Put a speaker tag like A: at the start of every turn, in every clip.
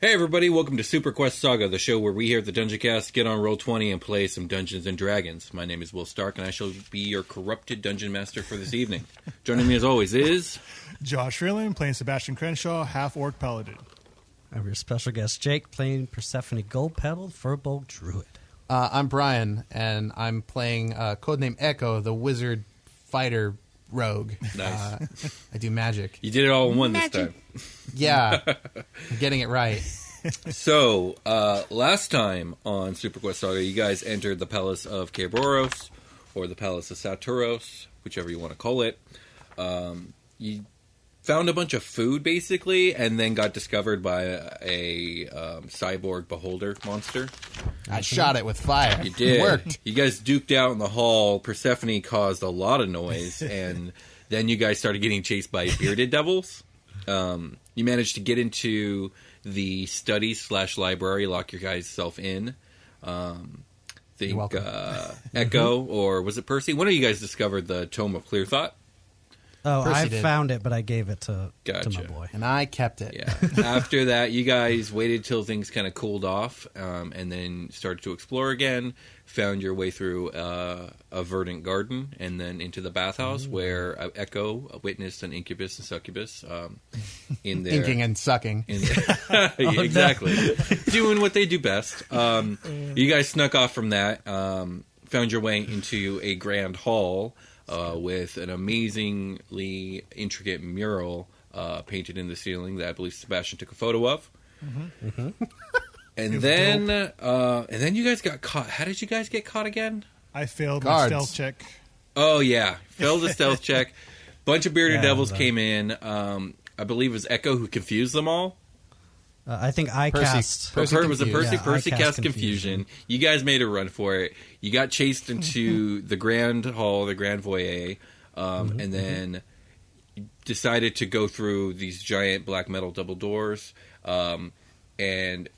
A: Hey everybody, welcome to Super Quest Saga, the show where we here at the Dungeon Cast get on roll 20 and play some Dungeons and Dragons. My name is Will Stark and I shall be your corrupted dungeon master for this evening. Joining me as always is
B: Josh Freeland playing Sebastian Crenshaw, half orc paladin.
C: I'm your special guest, Jake, playing Persephone Gold Petal, Furbolg Druid.
D: Uh, I'm Brian, and I'm playing uh, codename Echo, the wizard fighter rogue.
A: Nice.
D: Uh, I do magic.
A: You did it all in one this time.
D: Yeah, I'm getting it right.
A: So, uh, last time on Super Quest Saga, you guys entered the Palace of Kerberos, or the Palace of Saturos, whichever you want to call it. Um, you found a bunch of food, basically, and then got discovered by a, a, um, cyborg beholder monster.
D: I shot it with fire.
A: You did.
D: It worked.
A: You guys duked out in the hall. Persephone caused a lot of noise, and then you guys started getting chased by bearded devils. Um, you managed to get into the study slash library, lock your guys self in. Um, think
D: welcome. Mm-hmm.
A: uh, Echo or was it Percy? When of you guys discovered the Tome of Clear Thought?
C: Oh,
D: Percy
C: I
D: did.
C: found it, but I gave it to, to my
A: Gotcha.
C: boy.
D: And I kept it.
A: Yeah. After that, you guys waited till things kind of cooled off, um, and then started to explore again. Found your way through uh, a verdant garden, and then into the bathhouse, where uh, Echo witnessed an incubus and succubus um, in their
D: Inking and sucking.
A: in their- Yeah, exactly doing what they do best. Um, you guys snuck off from that, um, found your way into a grand hall uh, with an amazingly intricate mural uh, painted in the ceiling that I believe Sebastian took a photo of. And then, uh, and then you guys got caught. How did you guys get caught again?
B: I failed
D: Guards.
B: my stealth check.
A: Oh yeah, failed the stealth check. Bunch of bearded
C: Yeah,
A: devils
C: that-
A: came in. Um, I believe it was Echo who confused them all.
C: Uh, I think I
D: Percy-
C: cast.
D: Per- Percy
A: Per- was a
D: confused.
A: Percy
C: Yeah, I
A: Percy
C: cast
A: cast, confusion. You guys made a run for it. You got chased into the grand hall, the grand foyer, um, and then decided to go through these giant black metal double doors, um, and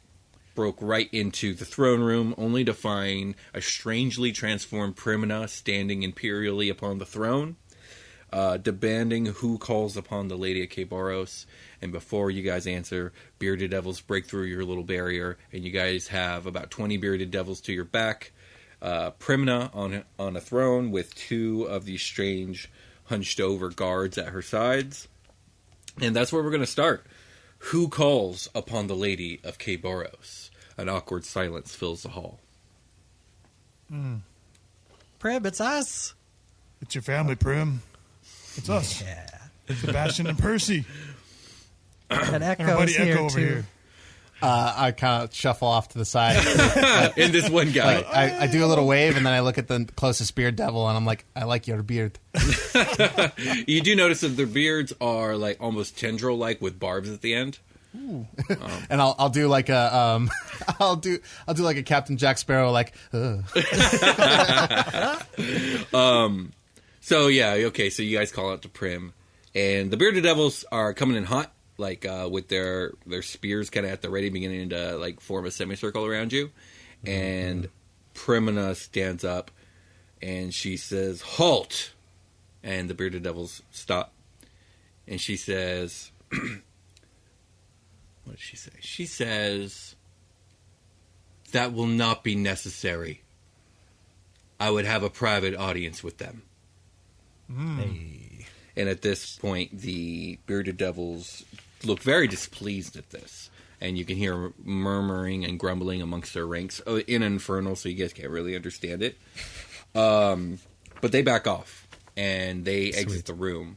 A: broke right into the throne room, only to find a strangely transformed Primina standing imperially upon the throne uh, demanding who calls upon the Lady of Kabaros. And before you guys answer, bearded devils break through your little barrier, and you guys have about 20 bearded devils to your back. Uh, Primna on on a throne with two of these strange, hunched over guards at her sides, and that's where we're going to start. Who calls upon the Lady of Kabaros? An awkward silence fills the hall.
C: Prib, it's us.
B: It's your family, Prim. It's us,
C: Yeah.
B: Sebastian and Percy.
C: And Echo's
B: Everybody,
C: here,
B: Echo over
C: too.
B: here.
D: Uh, I kind of shuffle off to the side.
A: and Ah, this one guy,
D: Like, I, I do a little wave, and then I look at the closest beard devil, and I'm like, I like your beard.
A: You do notice that their beards are like almost tendril like with barbs at the end.
D: And I'll, I'll do like a, um, I'll do, I'll do like a Captain Jack Sparrow, like, Ugh.
A: So yeah, okay, so you guys call out to Prim. And the bearded devils are coming in hot, like uh, with their their spears kinda at the ready, beginning to like form a semicircle around you. And Primina stands up and she says, Halt and the bearded devils stop. And she says What did she say? She says that will not be necessary. I would have a private audience with them.
C: Hey.
A: And at this point, the bearded devils look very displeased at this. And you can hear murmuring and grumbling amongst their ranks uh, in Infernal, so you guys can't really understand it. Um, but they back off and they exit the room.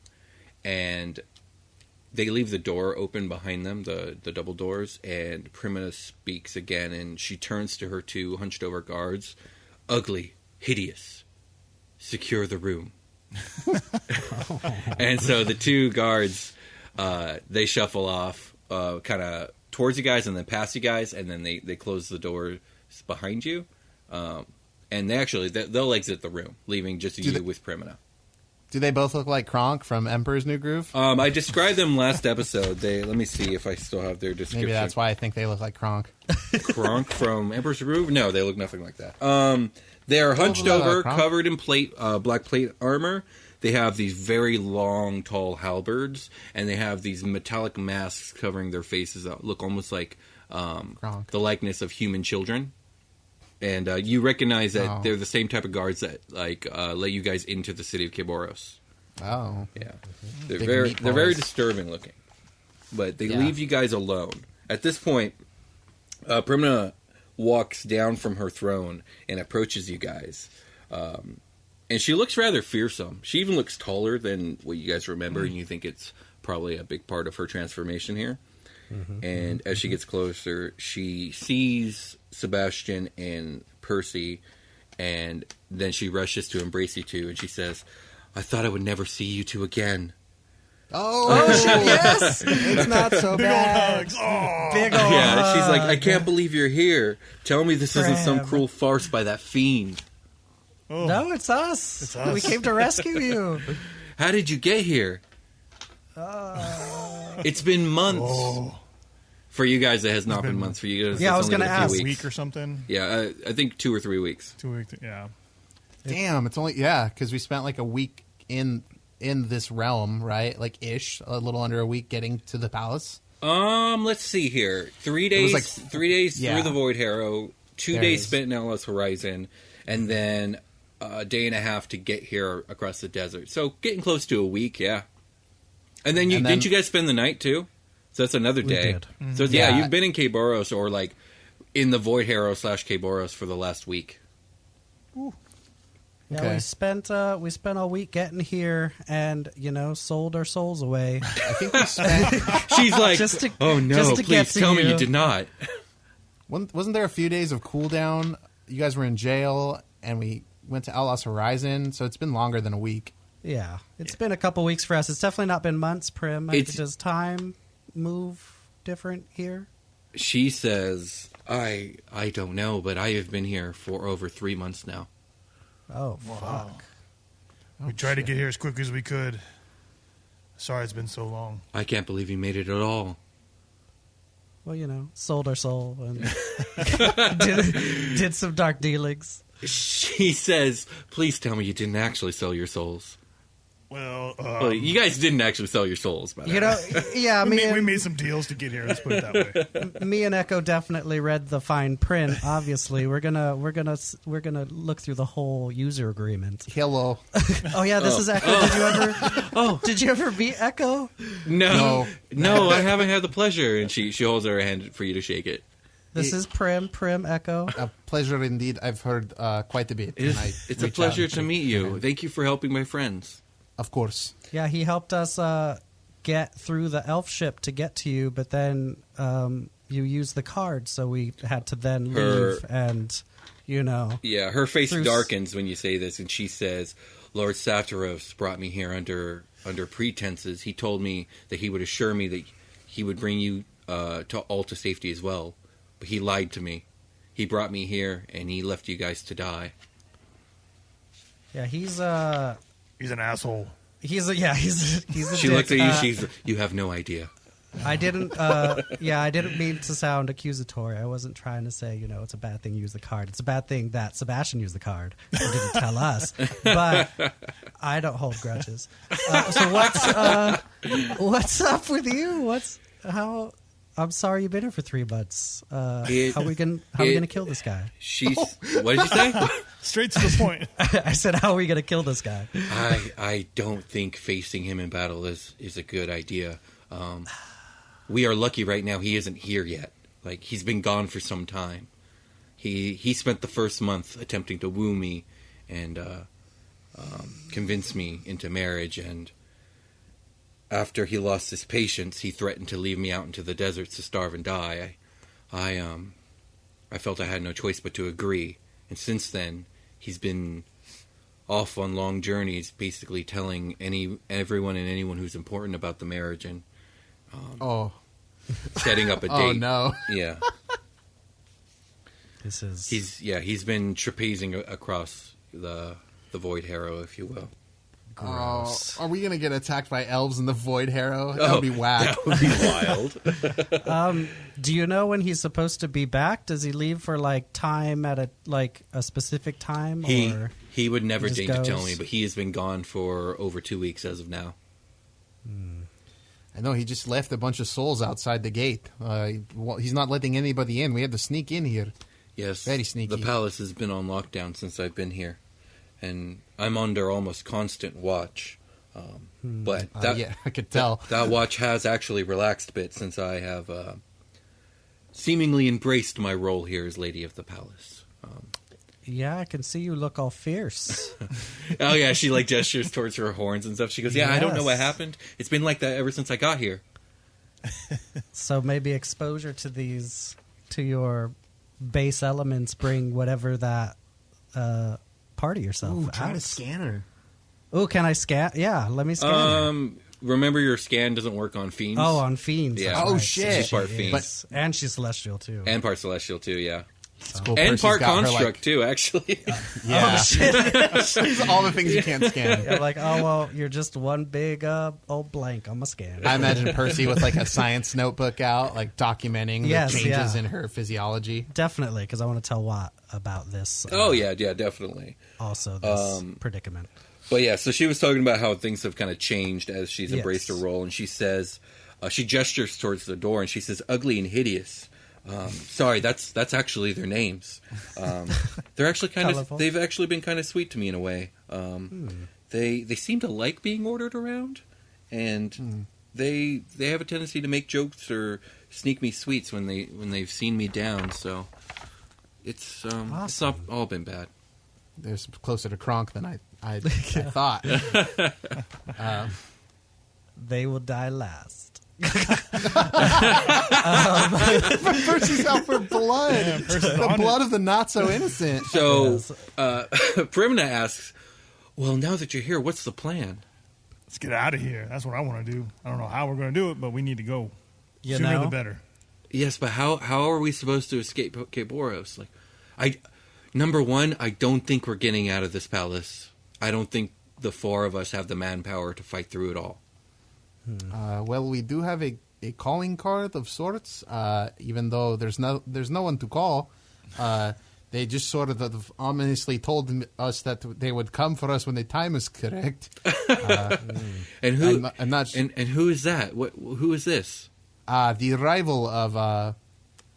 A: And they leave the door open behind them, the, the double doors. And Primina speaks again, and she turns to her two hunched over guards Ugly, hideous, secure the room and so the two guards uh, they shuffle off uh, kind of towards you guys and then past you guys and then they, they close the doors behind you um, and they actually they, they'll exit the room leaving just you
D: they-
A: with primina
D: do they both look like Kronk from Emperor's New Groove?
A: um, i described them last episode they let me see if i still have their description
D: Maybe that's why I think they look like Kronk.
A: Kronk from Emperor's Groove? No, they look nothing like that. Um, they are hunched
D: Oh,
A: over,
D: Kronk.
A: covered in plate, uh, black plate armor. They have these very long, tall halberds, and they have these metallic masks covering their faces that look almost like um,
D: Gronk.
A: the likeness of human children, and uh, you recognize that
D: Oh.
A: they're the same type of guards that like uh, let you guys into the city of Kiboros.
D: Oh,
A: Yeah, they're
D: Big
A: very
D: meatballs.
A: they're very disturbing looking, but they
D: Yeah.
A: leave you guys alone. At this point, uh, Primna walks down from her throne and approaches you guys, um, and she looks rather fearsome. She even looks taller than what you guys remember, and you think it's probably a big part of her transformation here. And as she gets closer, she sees Sebastian and Percy, and then she rushes to embrace you two, and she says, "I thought I would never see you two again."
D: oh, yes, it's not so
B: Big old
D: bad.
B: hugs. Oh,
C: Big ol'
A: yeah, she's like,
C: hug.
A: "I can't believe you're here. Tell me this isn't some
C: Grab.
A: cruel farce by that fiend.
B: oh.
C: No, it's us.
B: It's us.
C: We came to rescue you.
A: How did you get here?
C: Oh.
A: it's been months
B: Whoa.
A: for you guys. It has not been,
B: been-
A: months for you guys.
C: Yeah,
A: it's
C: I was
A: only been
C: gonna
A: a few
C: ask.
B: Last
A: weeks.
B: week or something.
A: Yeah, I, I think two or three weeks.
B: Two weeks. Yeah.
D: Damn, it's only yeah, because we spent like a week in in this realm, right? Like ish, a little under a week getting to the palace.
A: Um, let's see here. Three
D: was
A: days,
D: like-
A: three days
D: yeah.
A: through the Void Harrow, two
D: There it
A: days
D: is.
A: spent in LS Horizon, and then a day and a half to get here across the desert. So getting close to a week, yeah. And then you
D: And
A: didn't you
D: then- Mm-hmm.
A: guys spend the night too? So that's another day.
C: did.
A: So yeah,
D: Yeah.
A: you've been in Kboros or like in the Void Harrow slash Kboros for the last week.
C: Yeah,
D: Okay.
C: we spent uh, we spent all week getting here, and you know, sold our souls away.
D: I think we spent.
A: She's like,
C: Just to-
A: oh no,
C: just to
A: please
C: get to
A: tell me
C: you."
A: you did not.
D: wasn't wasn't there a few days of cooldown? You guys were in jail, and we went to Outlaws Horizon, so it's been longer than a week.
C: yeah, it's been a couple weeks for us. It's definitely not been months, Prim. I-
A: It's-
C: Does time move different here?
A: She says, I I don't know, but I have been here for over three months now.
C: Oh
B: Wow.
C: fuck! Oh,
B: we tried to get here as quick as we could. Sorry, it's been so long.
A: I can't believe you made it at all.
C: Well, you know, sold our soul and did did some dark dealings.
A: She says, "Please tell me you didn't actually sell your souls."
B: Well, um,
A: Well, you guys didn't actually sell your souls, by the
C: You
A: way.
C: know, yeah. I
B: we, made, we
C: mean, uh,
B: made some deals to get here. Let's put it that way.
C: me and Echo definitely read the fine print. Obviously, we're gonna we're gonna s- we're gonna look through the whole user agreement.
D: Hello,
C: Oh yeah, this is Echo. Did you ever? Oh, did you ever meet Echo?
A: No, no, I haven't had the pleasure. And she she holds out her hand for you to shake it.
C: This
D: Ye-
C: is Prim. Prim Echo.
D: a pleasure indeed. I've heard uh, quite a bit.
A: It
D: and I
A: is, it's a
D: reach
A: pleasure
D: out.
A: to meet you. Thank you for helping my friends.
D: Of course,
C: Yeah, he helped us uh, get through the elf ship to get to you, but then um, you used the card, so we had to then
A: Her-
C: leave and. You know,
A: Yeah, her face
C: Through s-
A: darkens when you say this, and she says, "Lord Saftaros brought me here under under pretenses. He told me that he would assure me that he would bring you uh, to all to safety as well, but he lied to me. He brought me here, and he left you guys to die."
C: yeah, he's uh
B: He's an asshole.
C: he's a yeah, he's a, he's a
A: She
C: dick.
A: looks at you.
C: Uh,
A: She's you have no idea.
C: I didn't. Uh, yeah, I didn't mean to sound accusatory. I wasn't trying to say you know it's a bad thing. to Use the card. It's a bad thing that Sebastian used the card. He didn't tell us. But I don't hold grudges. Uh, so what's uh, what's up with you? What's how? I'm sorry you've been here for three months. Uh,
A: It-
C: how we gonna how we
A: it-
C: gonna kill this guy?
A: She's what did you say?
B: Straight to the point.
C: I said how are we gonna kill this guy?
A: I I don't think facing him in battle is is a good idea. Um, we are lucky right now he isn't here yet. Like he's been gone for some time. He he spent the first month attempting to woo me and uh, um, convince me into marriage and after he lost his patience, he threatened to leave me out into the deserts to starve and die. I I um I felt I had no choice but to agree. And since then, he's been off on long journeys, basically telling any everyone and anyone who's important about the marriage and
D: oh,
A: setting up a date.
D: oh no,
A: Yeah,
C: This is
A: he's yeah he's been trapezing a- across the the void harrow, if you will.
C: gross.
D: Oh, are we gonna get attacked by elves in the Void Harrow? That would be whack.
A: Oh. That would be wild.
C: Do you know when he's supposed to be back? Does he leave for like time at a like a specific time?
A: he
C: or
A: he would never
C: He just
A: deign to tell
C: goes.
A: me, but he has been gone for over two weeks as of now.
D: I know he just left a bunch of souls outside the gate. Uh, he- well, he's not letting anybody in. We had to sneak in here.
A: Yes.
D: Very sneaky.
A: The palace has been on lockdown since I've been here, and I'm under almost constant watch. Um, But
D: Uh,
A: that,
D: yeah, I could tell.
A: that watch has actually relaxed a bit since I have uh, seemingly embraced my role here as Lady of the Palace. Um,
C: Yeah, I can see you look all fierce.
A: oh yeah, she like gestures towards her horns and stuff. She goes, "Yeah, I don't know what
C: Yes.
A: happened. It's been like that ever since I got here."
C: so maybe exposure to these, to your base elements, bring whatever that uh, part of yourself.
E: Ooh, try
C: out.
E: to scan her.
C: Ooh, can I scan? Yeah, let me scan. her.
A: Um, remember your scan doesn't work on fiends.
C: Oh, on fiends.
A: Yeah.
C: that's
D: Oh,
C: right.
D: shit.
A: She's part fiend.
C: Yes. and she's celestial too.
A: and part celestial too. Yeah,
D: It's cool.
A: and
D: Percy's
A: part
D: got her, like-
A: construct too. Actually,
D: yeah.
C: Oh shit!
D: all the things you can't scan.
C: I'm like, oh well, you're just one big uh, old blank on my scan.
D: I imagine Percy with like a science notebook out, like documenting
C: Yes,
D: the changes
C: yeah.
D: in her physiology.
C: Definitely, because I want to tell Watt about this. uh,
A: oh yeah, yeah, definitely.
C: Also, this
A: Um,
C: predicament.
A: But yeah, so she was talking about how things have kind of changed as she's
C: Yes.
A: embraced her role, and she says, uh, she gestures towards the door, and she says, "Ugly and hideous." Um, sorry, that's that's actually their names. Um, they're actually kind
C: Colorful. Hmm.
A: of they've actually been kind of sweet to me in a way. Um, They they seem to like being ordered around, and
C: Hmm.
A: they they have a tendency to make jokes or sneak me sweets when they when they've seen me down. So it's um, it's not
C: Awesome.
A: all been bad.
D: They're s- closer to Kronk than I, I, I thought. um,
C: They will die last.
D: Percy's out for blood.
B: Percy's
D: the
B: on
D: blood of the not so innocent.
A: So, uh, Primna asks, "Well, now that you're here, what's the plan?"
B: Let's get out of here. That's what I want to do. I don't know how we're going to do it, but we need to go.
C: You
B: Sooner
C: know?
B: the better.
A: Yes, but how how are we supposed to escape Cape Boros? Like, I number one, I don't think we're getting out of this palace. I don't think the four of us have the manpower to fight through it all.
D: Uh, well, we do have a, a calling card of sorts, uh, even though there's no there's no one to call. Uh, they just sort of have ominously told m- us that they would come for us when the time is correct.
A: And who?
D: I'm not- I'm not s-
A: and and who is that? What? Who is this?
D: Uh, the rival of uh,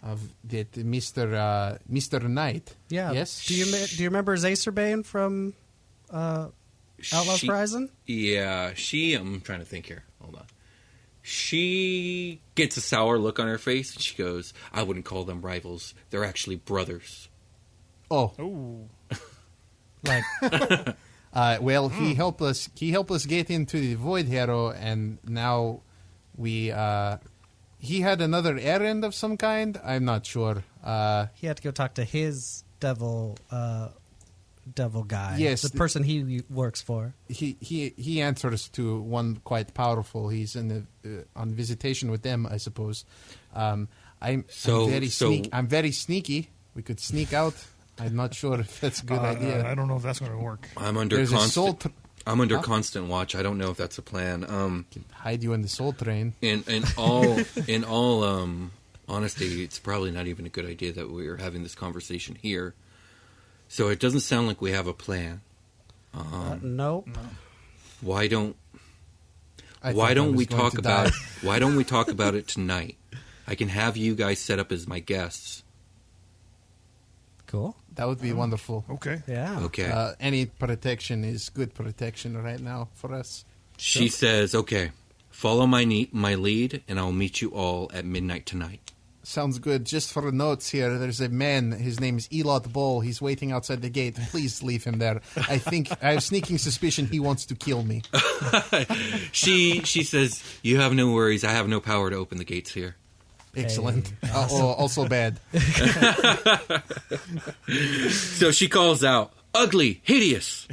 D: of that Mister uh, Mister Knight.
C: Yeah.
D: Yes.
C: Do you ma- do you remember Zacerbane from uh, Outlaws
A: She-
C: Horizon?
A: Yeah, she. I'm trying to think here. Hold on. She gets a sour look on her face, and she goes, "I wouldn't call them rivals. They're actually brothers."
D: oh.
B: Oh,
C: Like,
D: Uh, well, he helped us. He helped us get into the Void Hero, and now we. Uh, he had another errand of some kind. I'm not sure. Uh,
C: he had to go talk to his devil, uh, devil guy.
D: Yes,
C: the
D: the-
C: person he works for.
D: he he he answers to one quite powerful. He's in the, uh, on visitation with them, I suppose. Um, I'm,
A: So-
D: I'm very
A: so-
D: sneak. I'm very sneaky. We could sneak out. I'm not sure if that's a good
B: uh,
D: idea.
B: I don't know if that's going to work.
A: I'm under
D: There's a soul.
A: constant.
D: Tr-
A: I'm under
D: Huh?
A: constant watch. I don't know if that's a plan. Um,
D: hide you in the soul train.
A: in in all in all um, honesty, it's probably not even a good idea that we're having this conversation here. So it doesn't sound like we have a plan.
C: Uh, nope.
A: Why don't
D: I
A: Why
D: think I
A: don't
D: was
A: we
D: going
A: talk
D: to die.
A: about Why don't we talk about it tonight? I can have you guys set up as my guests.
C: Cool.
D: That would be wonderful.
B: Okay.
C: Yeah.
A: Okay.
D: Uh, any protection is good protection right now for us.
A: she says, "Okay, follow my ne- my lead, and I'll meet you all at midnight tonight."
D: Sounds good. Just for notes here, there's a man. His name is Elot Bol. He's waiting outside the gate. Please leave him there. I think I have sneaking suspicion he wants to kill me.
A: She she says, "You have no worries. I have no power to open the gates here."
D: Excellent. Uh, oh, also bad.
A: So she calls out, ugly, hideous.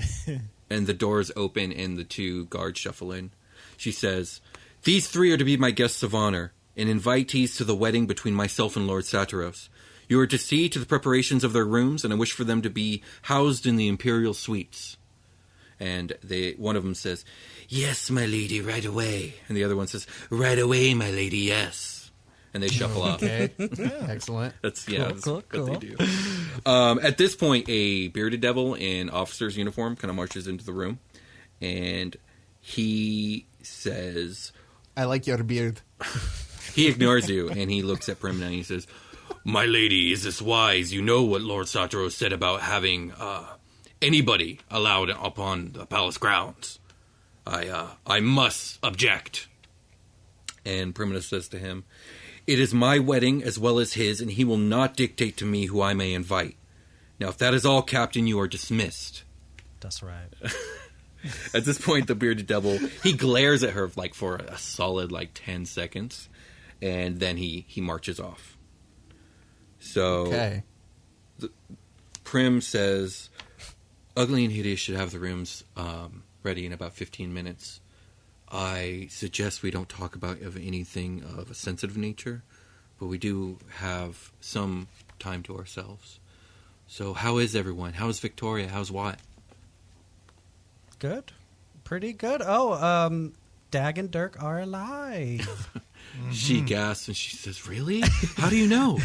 A: and the doors open and the two guards shuffle in. She says, These three are to be my guests of honor and invitees to the wedding between myself and Lord Satyros. You are to see to the preparations of their rooms, and I wish for them to be housed in the imperial suites. And they, one of them says, Yes, my lady, right away. And the other one says, Right away, my lady, yes. And they shuffle off.
D: Okay. Excellent.
A: That's yeah,
C: Cool,
A: that's
C: cool,
A: what
C: cool.
A: they do. Um, at this point, a bearded devil in officer's uniform kind of marches into the room, and he says,
D: I like your beard.
A: He ignores you and he looks at Primna and he says, My lady, is this wise? You know what Lord Satoro said about having uh, anybody allowed upon the palace grounds. I, uh, I must object. And Primna says to him, It is my wedding as well as his, and he will not dictate to me who I may invite. Now, if that is all, Captain, you are dismissed.
C: That's right.
A: At this point, the bearded devil he glares at her like for a solid like ten seconds, and then he he marches off. So
D: Okay.
A: Prim says, "Ugly and hideous should have the rooms um, ready in about fifteen minutes. I suggest we don't talk about of anything of a sensitive nature, but we do have some time to ourselves. So, how is everyone? How is Victoria? How's Watt?
C: Good. Pretty good. Oh, um, Dag and Dirk are alive.
A: She gasps and she says, "Really? How do you know?"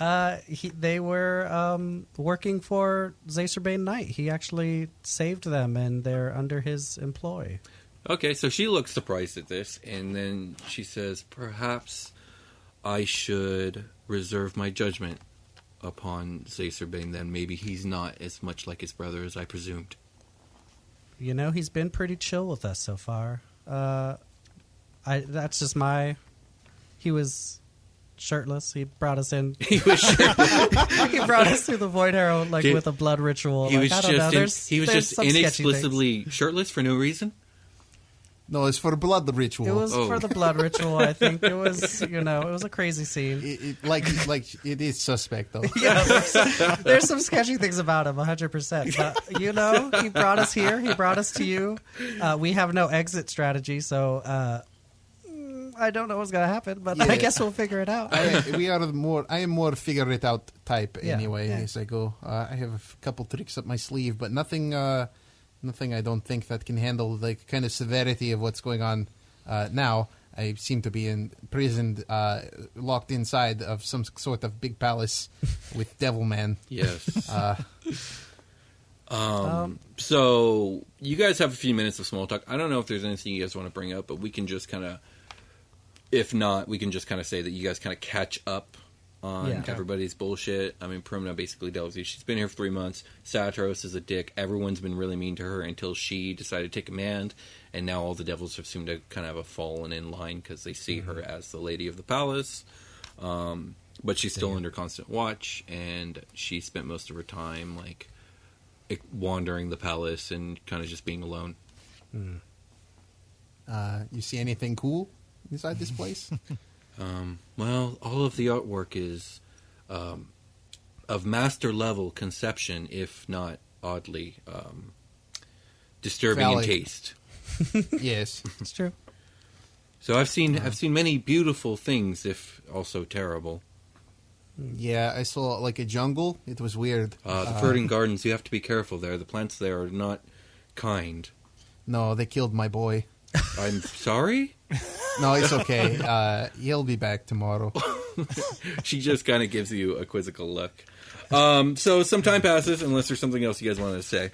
C: Uh, he, they were um, working for Zacerbane Knight. He actually saved them, and they're under his employ.
A: Okay, so she looks surprised at this, and then she says, "Perhaps I should reserve my judgment upon Zacerbane. Then maybe he's not as much like his brother as I presumed."
C: You know, he's been pretty chill with us so far. Uh, I that's just my. He was shirtless. He brought us in.
A: He was shirtless.
C: he brought us through the void arrow like
A: Dude,
C: with a blood ritual.
A: he
C: like,
A: was
C: I
A: just
C: don't know.
A: in-
C: There's,
A: he was
C: there's
A: just
C: some sketchy things.
A: inexplicably shirtless for no reason.
D: No, it's for blood ritual.
C: It was
A: Oh.
C: for the blood ritual. I think it was. You know, it was a crazy scene.
D: It- it- like like it is suspect though.
C: yeah, there's, there's some sketchy things about him, 100%. But, you know, he brought us here. He brought us to you. Uh, we have no exit strategy, so uh, mm, I don't know what's going to happen, but
D: Yeah.
C: I guess we'll figure it out.
D: I, we are more. I am more figure it out type
C: Yeah,
D: anyway.
C: yeah.
D: As I go, uh, I have a f- couple tricks up my sleeve, but nothing, uh, nothing. I don't think that can handle the kind of severity of what's going on uh, now. I seem to be imprisoned, uh, locked inside of some sort of big palace with Devil Man.
A: Yes.
D: Uh,
C: Um,
A: so you guys have a few minutes of small talk. I don't know if there's anything you guys want to bring up, but we can just kind of, if not, we can just kind of say that you guys kind of catch up on
C: Yeah.
A: everybody's bullshit. I mean, Permna basically tells you she's been here for three months. Satros is a dick. Everyone's been really mean to her until she decided to take command, and now all the devils have seemed to kind of have fallen in line because they see her as the lady of the palace. Um, but she's still under constant watch, and she spent most of her time like wandering the palace and kind of just being alone.
D: uh, you see anything cool inside this place?
A: Um, well, all of the artwork is um, of master level conception, if not oddly um, disturbing
D: Phallic.
A: in taste.
D: yes.
C: It's true.
A: So I've seen I've seen many beautiful things, if also terrible.
D: Yeah, I saw like a jungle. It was weird.
A: Uh, the Verdant Gardens, you have to be careful there. The plants there are not kind.
D: No, they killed my boy.
A: I'm sorry.
D: No, it's okay. Uh, he'll be back tomorrow.
A: she just kind of gives you a quizzical look. Um, so some time passes, unless there's something else you guys wanted to say.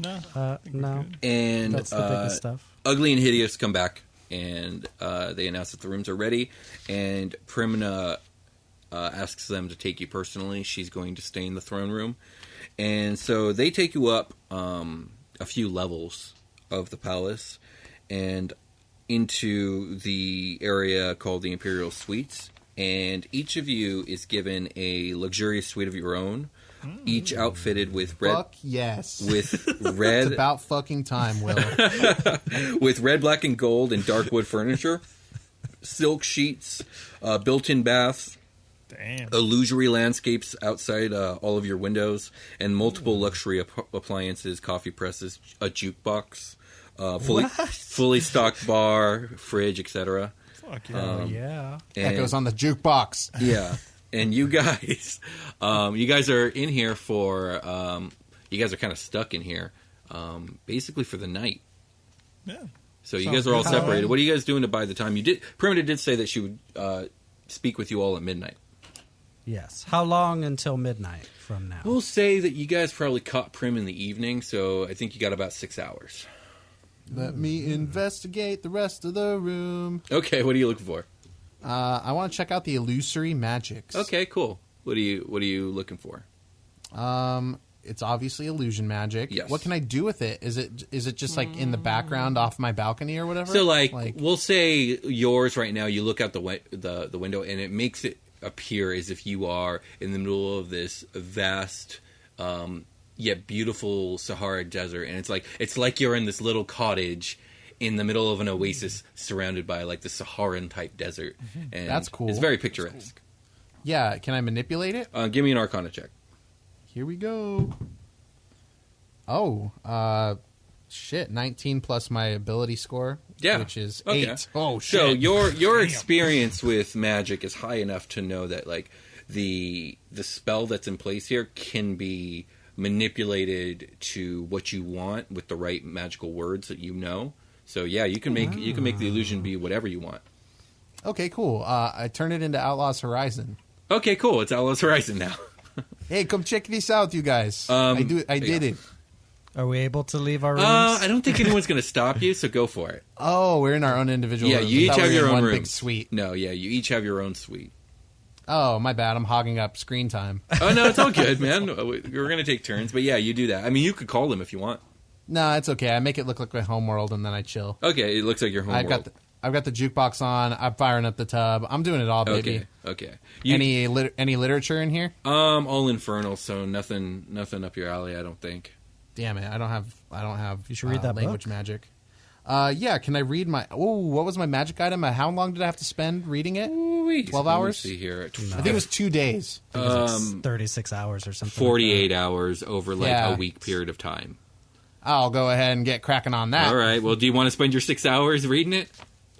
B: No.
C: Uh, no,
A: And
C: that's the
A: uh,
C: biggest stuff.
A: Ugly and Hideous come back, and uh, they announce that the rooms are ready. And Primna uh, asks them to take you personally. She's going to stay in the throne room, and so they take you up um, a few levels of the palace and into the area called the Imperial Suites. And each of you is given a luxurious suite of your own, each outfitted with red
D: Fuck yes.
A: with
D: it's
A: red
D: about fucking time, Will.
A: with red, black, and gold and dark wood furniture, silk sheets, uh, built-in baths,
B: Damn.
A: Oh, illusory landscapes outside uh, all of your windows, and multiple luxury ap- appliances, coffee presses, a jukebox, uh, fully fully stocked bar, fridge, etc.
B: Fuck yeah.
A: um, uh,
C: Oh, yeah.
D: that
A: And-
D: goes on the jukebox.
A: yeah. And you guys, um, you guys are in here for, um, you guys are kind of stuck in here, um, basically for the night.
B: yeah.
A: So you
B: Sounds
A: guys are all
B: good.
A: separated.
B: Um,
A: What are you guys doing to buy the time? You did. Perimeter did say that she would uh, speak with you all at midnight.
C: Yes. How long until midnight from now?
A: We'll say that you guys probably caught Prim in the evening, so I think you got about six hours.
D: Let me investigate the rest of the room.
A: Okay, what are you looking for?
D: Uh, I want to check out the illusory magics.
A: Okay, cool. What are you What are you looking for?
D: Um, it's obviously illusion magic.
A: Yes.
D: What can I do with it? Is it is it just like in the background off my balcony or whatever?
A: So, like,
D: like
A: we'll say yours right now. You look out the, wi- the the window, and it makes it appear as if you are in the middle of this vast, um, yet beautiful Sahara desert, and it's like it's like you're in this little cottage in the middle of an oasis, surrounded by like the Saharan type desert. And
D: Mm-hmm. That's cool.
A: It's very picturesque.
D: yeah, can I manipulate it?
A: Uh, give me an Arcana check.
D: Here we go. Oh, uh, shit! Nineteen plus my ability score,
A: Yeah.
D: which is
A: Okay.
D: eight. Oh shit!
A: So your your experience with magic is high enough to know that like the the spell that's in place here can be manipulated to what you want with the right magical words that you know. So yeah, you can make you can make the illusion be whatever you want.
D: okay, cool. Uh, I turn it into Outlaws Horizon.
A: Okay, cool. It's Outlaws Horizon now.
D: Hey, come check this out, you guys.
A: Um,
D: I do. I did
A: yeah.
D: it.
C: Are we able to leave our rooms?
A: Uh, I don't think anyone's going to stop you, so go for it.
D: Oh, we're in our own individual.
A: yeah,
D: rooms.
A: you
D: I
A: each
D: thought we
A: have
D: were
A: your
D: in
A: own
D: one
A: room.
D: big suite.
A: No, yeah, you each have your own suite.
D: Oh, my bad. I'm hogging up screen time.
A: Oh no, it's all good, man. We're going to take turns, but yeah, you do that. I mean, you could call them if you want.
D: no, it's okay. I make it look like my homeworld, and then I chill.
A: Okay, it looks like your home.
D: I've got the, I've got the jukebox on. I'm firing up the tub. I'm doing it all, baby.
A: Okay. Okay. You,
D: any lit- any literature in here?
A: um all infernal, so nothing nothing up your alley, I don't think.
D: Damn it! I don't have I don't have.
C: You should read
D: uh,
C: that
D: language
C: book.
D: magic. Uh, yeah. Can I read my? Oh, what was my magic item? Uh, How long did I have to spend reading it?
A: Ooh-wee.
D: 12
A: Let me
D: hours?
A: see here.
D: I think it was two days.
A: um,
C: 36 hours or something. like that.
A: 48 hours over like
D: Yeah.
A: a week period of time.
D: I'll go ahead and get cracking on that.
A: All right. Well, do you want to spend your 6 hours reading it?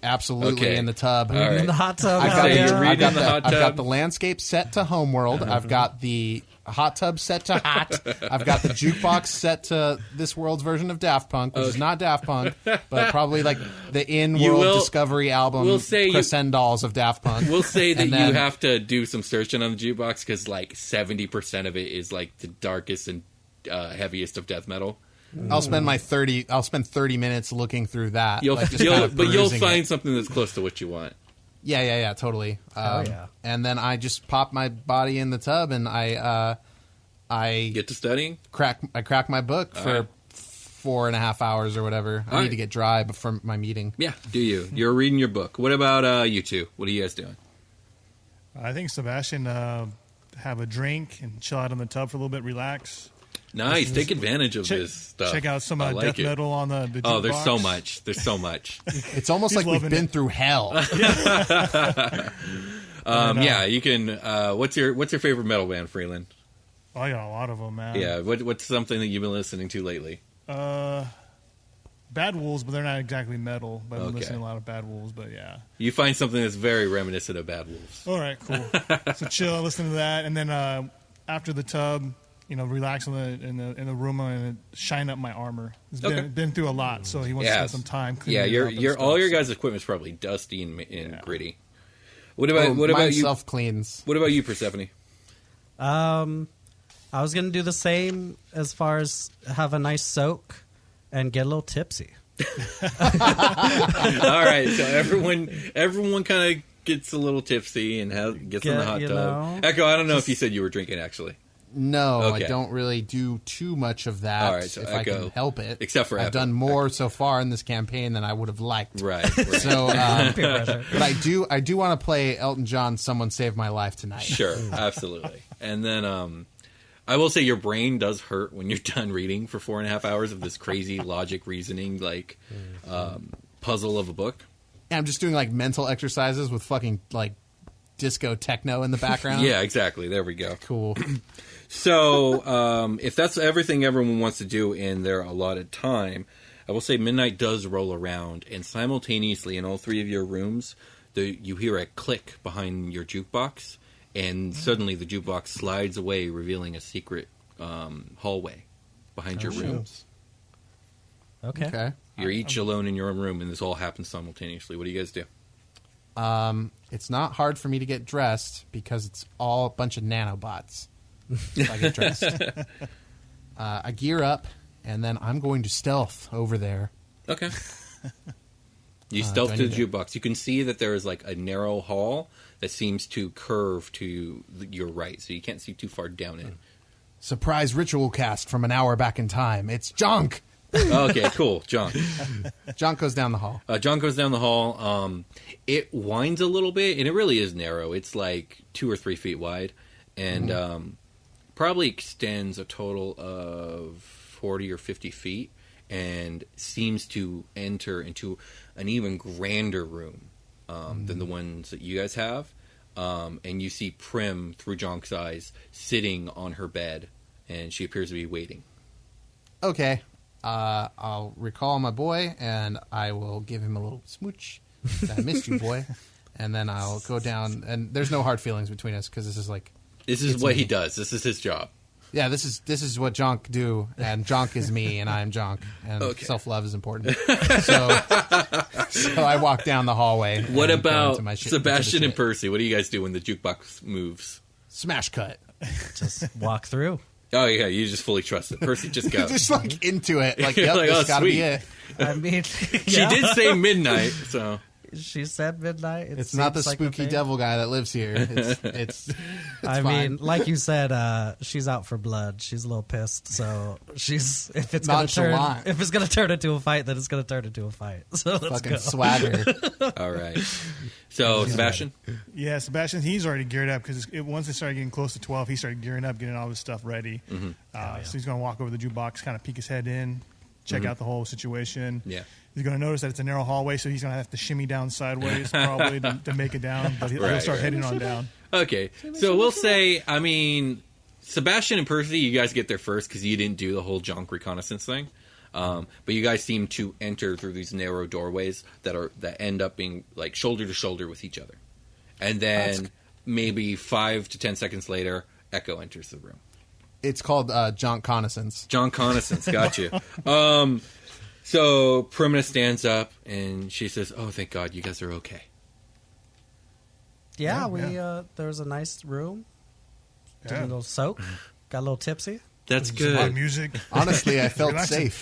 D: Absolutely
A: Okay.
D: in the tub.
A: All
C: In
A: right.
C: the hot tub.
D: I've
A: I'll
D: got,
A: say
D: the,
A: you're
D: I've
A: reading
D: got
A: in the
D: the-
A: hot
D: I've
A: tub. Mm-hmm.
D: got the landscape set to homeworld. I've got the hot tub set to hot. I've got the jukebox set to this world's version of Daft Punk, which is not Daft Punk, but probably like the
A: You
D: in-world
A: will-
D: discovery album
A: we'll say you-
D: Crescendals of Daft Punk.
A: We'll say that
D: And then-
A: you have to do some searching on the jukebox cuz like 70% of it is like the darkest and uh, heaviest of death metal.
D: I'll spend my thirty. I'll spend thirty minutes looking through that.
A: You'll,
D: like, just
A: you'll
D: kind of
A: but you'll
D: perusing it.
A: find something that's close to what you want.
D: Yeah, yeah, yeah, totally.
C: Hell
D: Um,
C: yeah.
D: And then I just pop my body in the tub and I, uh, I
A: You get to studying?
D: crack I crack my book for
A: right.
D: four and a half hours or whatever. I
A: All
D: need
A: right.
D: to get dry before my meeting.
A: Yeah, do you? You're reading your book. What about uh, you two? What are you guys doing?
B: I think Sebastian uh, have a drink and chill out in the tub for a little bit, relax.
A: Nice. Take advantage of this stuff.
B: check out some
A: I
B: uh,
A: like
B: death
A: it.
B: metal on the. the
A: Oh, there's
B: jukebox.
A: so much. There's so much.
D: It's almost
B: He's
D: like we've
B: loving
D: been
B: it.
D: through hell.
A: Um,
B: I know.
A: yeah, you can. Uh, what's your What's your favorite metal band, Freeland?
B: Oh, I got a lot of them, man.
A: yeah. What, what's something that you've been listening to lately?
B: Uh, Bad Wolves, but they're not exactly metal. But I'm
A: Okay.
B: listening to a lot of Bad Wolves, but yeah.
A: You find something that's very reminiscent of Bad Wolves.
B: All right, cool. so chill, listen to that, and then uh, after the tub, you know, relax in the in the in the room and shine up my armor. It's been
A: Okay.
B: been through a lot, so he wants to spend
A: Yes.
B: some time. cleaning
A: Yeah,
B: it
A: your
B: up and
A: your
B: stuff,
A: all your
B: so-
A: guys' equipment's probably dusty and, and
B: Yeah.
A: gritty. What about
D: Oh,
A: What
D: mine
A: about you?
D: Self cleans.
A: What about you, Persephone?
C: Um, I was going to do the same as far as have a nice soak and get a little tipsy.
A: all right, so everyone everyone kind of gets a little tipsy and has, gets in the
C: Get-
A: hot
C: you
A: tub.
C: know,
A: Echo, I don't know if you said you were drinking actually.
D: No,
A: Okay.
D: I don't really do too much of that
A: All right, so
D: if I
A: Echo-
D: can help it.
A: except for
D: I've
A: Echo.
D: done more so far in this campaign than I would have liked.
A: Right. right.
D: So, um,
C: Peer pressure.
D: but I do I do want to play Elton John. Someone save my life tonight.
A: Sure, absolutely. And then um, I will say your brain does hurt when you're done reading for four and a half hours of this crazy logic reasoning like um, puzzle of a book.
D: And I'm just doing like mental exercises with fucking like disco techno in the background.
A: Yeah, exactly. There we go.
D: cool.
A: So um, if that's everything everyone wants to do in their allotted time, I will say midnight does roll around, and simultaneously in all three of your rooms, the, you hear a click behind your jukebox, and suddenly the jukebox slides away, revealing a secret um, hallway behind your rooms.
C: Okay.
D: Okay.
A: You're each alone in your own room, and this all happens simultaneously. What do you guys do?
D: Um, it's not hard for me to get dressed because it's all a bunch of nanobots. If I get dressed. uh, I gear up, and then I'm going to stealth over there.
A: Okay. You
D: Uh,
A: stealth
D: do I
A: to the
D: need to-
A: jukebox. You can see that there is like a narrow hall that seems to curve to th- your right, so you can't see too far down it.
D: Surprise ritual cast from an hour back in time. It's Junk.
A: Oh, okay, cool, John.
D: Junk goes down the hall.
A: Uh, John goes down the hall. Um, it winds a little bit, and it really is narrow. It's like two or three feet wide, and um, probably extends a total of forty or fifty feet, and seems to enter into an even grander room um, than the ones that you guys have. Um, and you see Prim through Jonk's eyes sitting on her bed, and she appears to be waiting.
D: Okay. Uh, I'll recall my boy and I will give him a little smooch. I missed you, boy. And then I'll go down. And there's no hard feelings between us because this is like,
A: This is
D: It's
A: what
D: me.
A: he does. This is his job.
D: yeah, this is this is what Junk do, and Junk is me, and I'm Junk, and
A: Okay.
D: self love is important. So, so I walk down the hallway.
A: What
D: and go
A: about
D: into my shit- into the
A: Sebastian and
D: shit.
A: Percy? What do you guys do when the jukebox moves?
D: Smash cut.
C: Just walk through.
A: Oh yeah, you just fully trust it. Percy just goes.
D: Just like into it. Like,
A: You're
D: yep,
A: like, oh,
D: this gotta
A: sweet.
D: be it.
C: I mean,
A: she
C: yeah.
A: did say midnight, so
C: She said midnight. It
D: It's not the
C: seems like a
D: spooky
C: thing.
D: devil guy that lives here. It's, it's, it's
C: I
D: fine.
C: mean, like you said, uh, she's out for blood. She's a little pissed, so she's if it's gonna turn
D: Nonchalant.
C: if it's gonna turn into a fight, then it's gonna turn into a fight. So let's
D: fucking
C: go.
D: swagger.
A: all right. So Sebastian,
B: Yeah, Sebastian, he's already geared up because it, once they started getting close to 12, he started gearing up, getting all his stuff ready.
A: Mm-hmm.
B: Uh, So he's going to walk over the jukebox, kind of peek his head in, check out the whole situation.
A: Mm-hmm. Yeah.
B: He's going to notice that it's a narrow hallway, so he's going to have to shimmy down sideways probably to, to make it down, but he'll,
A: Right,
B: he'll start
A: right.
B: heading on down.
A: okay. So we'll say, I mean, Sebastian and Percy, you guys get there first because you didn't do the whole junk reconnaissance thing. Um, but you guys seem to enter through these narrow doorways that are that end up being like shoulder to shoulder with each other, and then maybe five to ten seconds later, Echo enters the room.
D: It's called uh, junk connaissance.
A: John Connaissance, got you. Um, so Primina stands up and she says, "Oh, thank God, you guys are okay."
C: Yeah,
B: Yeah,
C: we
B: yeah.
C: Uh, there was a nice room. Did a
B: Yeah.
C: little soak.
D: Mm-hmm.
C: Got a little tipsy.
A: That's
B: Some loud
A: good.
B: music.
D: Honestly, I felt
B: Relaxing.
D: safe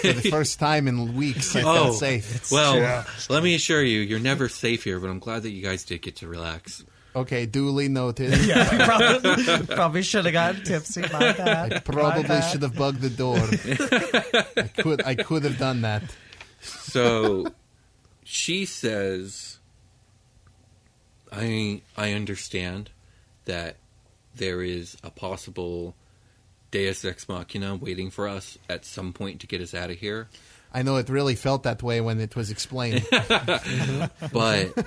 D: for the first time in weeks. I
A: Oh.
D: felt safe.
A: Well,
B: Yeah.
A: let me assure you, you're never safe here. But I'm glad that you guys did get to relax.
D: Okay, duly noted.
C: Yeah, we probably, probably should have gotten tipsy. My bad.
D: I
C: My
D: probably
C: bad.
D: should have bugged the door. I could, I could have done that.
A: So she says, "I I understand that there is a possible Deus Ex Machina waiting for us at some point to get us out of here."
D: I know it really felt that way when it was explained.
A: Um, but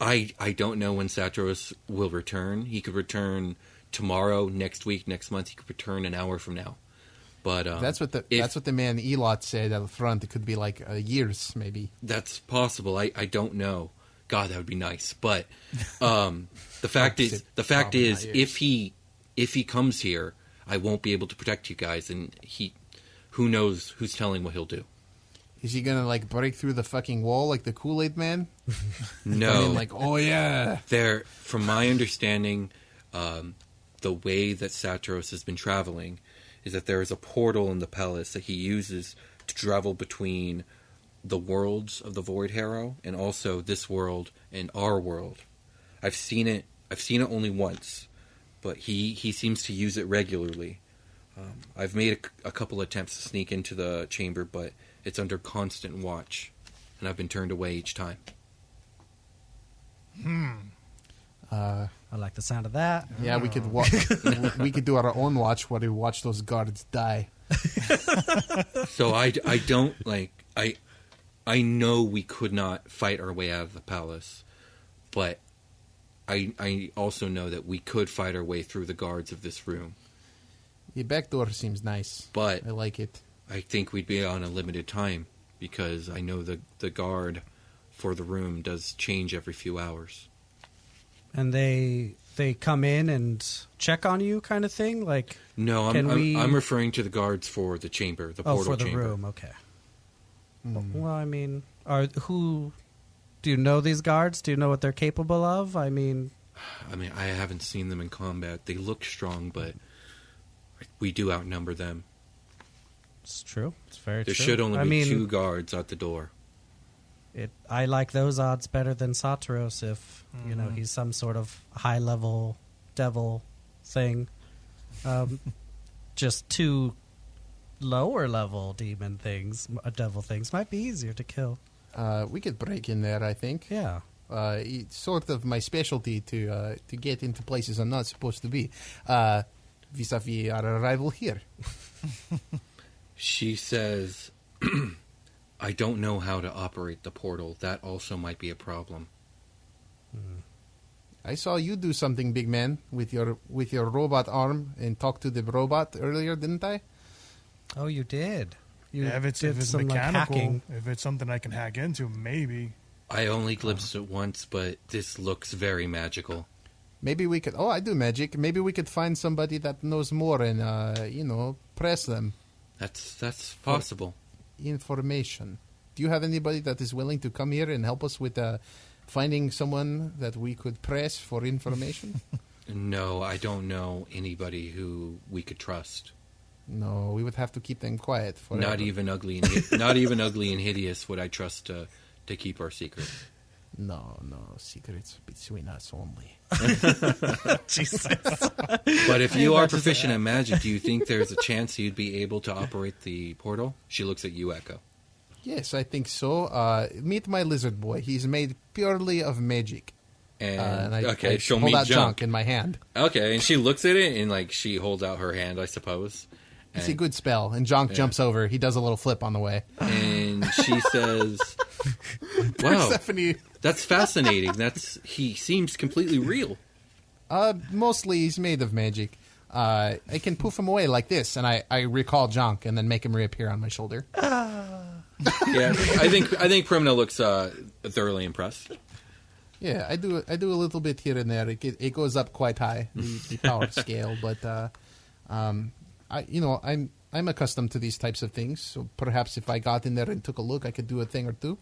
A: I I don't know when Satros will return. He could return tomorrow, next week, next month. He could return an hour from now. But um,
D: That's what the
A: if-
D: that's what the man Elot said at the front. It could be like uh, years, maybe.
A: that's possible. I, I don't know. God, that would be nice. But um, the fact is, the fact
D: Probably
A: is,
D: not yours.
A: if he if he comes here, I won't be able to protect you guys, and he who knows who's telling what he'll do.
D: Is he gonna like break through the fucking wall like the Kool Aid Man?
A: No,
D: I mean, like, oh yeah,
A: There, from my understanding, um, the way that Satros has been traveling is that there is a portal in the palace that he uses to travel between the worlds of the Void Harrow and also this world and our world. I've seen it. I've seen it only once, but he he seems to use it regularly. Um, I've made a c a a couple attempts to sneak into the chamber, but it's under constant watch, and I've been turned away each time.
D: uh,
C: I like the sound of that.
D: yeah. We could wa- we could do our own watch while we watch those guards die.
A: So I, I don't like I I know we could not fight our way out of the palace, but I I also know that we could fight our way through the guards of this room.
D: The back door seems nice.
A: But
D: I like it.
A: I think we'd be on a limited time because I know the the guard for the room does change every few hours.
C: And they they come in and check on you, kind of thing. Like
A: No, I'm
C: Can
A: I'm,
C: we-
A: I'm referring to the guards for the chamber, the
C: oh,
A: portal
C: for the
A: chamber.
C: room. Okay. Well, I mean, are who? Do you know these guards? Do you know what they're capable of? I mean,
A: I mean, I haven't seen them in combat. They look strong, but we do outnumber them.
C: It's true. It's very
A: There
C: true.
A: should only
C: I
A: be
C: mean,
A: two guards at the door.
C: It, I like those odds better than Satros if you know he's some sort of high level devil thing. Um, just two lower level demon things, uh, devil things might be easier to kill.
D: Uh, we could break in there, I think.
C: Yeah.
D: Uh, it's sort of my specialty to uh, to get into places I'm not supposed to be. Uh, vis-a-vis our arrival here.
A: She says, I don't know how to operate the portal. That also might be a problem.
D: I saw you do something, big man, with your with your robot arm and talk to the robot earlier, didn't I?
C: Oh, you did. You
B: Yeah, if it's
C: did
B: if it's
C: some like
B: mechanical,
C: hacking.
B: if it's something I can hack into, maybe.
A: I only glimpsed it once, but this looks very magical.
D: Maybe we could. Oh, I do magic. Maybe we could find somebody that knows more and uh, you know press them
A: That's that's possible.
D: information. Do you have anybody that is willing to come here and help us with uh, finding someone that we could press for information?
A: No, I don't know anybody who we could trust.
D: no, we would have to keep them quiet forever.
A: Not even ugly and hi- not even ugly and hideous would I trust to to keep our secret.
D: No, no secrets between us only.
C: Jesus.
A: But if you are proficient in magic, do you think there's a chance you'd be able to operate the portal? She looks at you, Echo.
D: Yes, I think so. Uh, meet my lizard boy. He's made purely of magic.
A: And,
D: Uh, and I,
A: okay,
D: I
A: show
D: hold
A: me
D: out
A: junk.
D: junk in my hand.
A: Okay, and she looks at it and like she holds out her hand, I suppose.
D: It's a
A: And-
D: good spell, and Jonk
A: Yeah.
D: jumps over. He does a little flip on the way.
A: and she says, "Wow,
D: Persephone
A: that's fascinating. That's he seems completely real."
D: Uh, mostly he's made of magic. Uh, I can poof him away like this, and I, I recall Jonk and then make him reappear on my shoulder.
A: Yeah, I think I think Primna looks uh, thoroughly impressed.
D: Yeah, I do I do a little bit here and there. It, get, it goes up quite high the, the power scale, but uh, um, I you know I'm I'm accustomed to these types of things. So perhaps if I got in there and took a look, I could do a thing or two.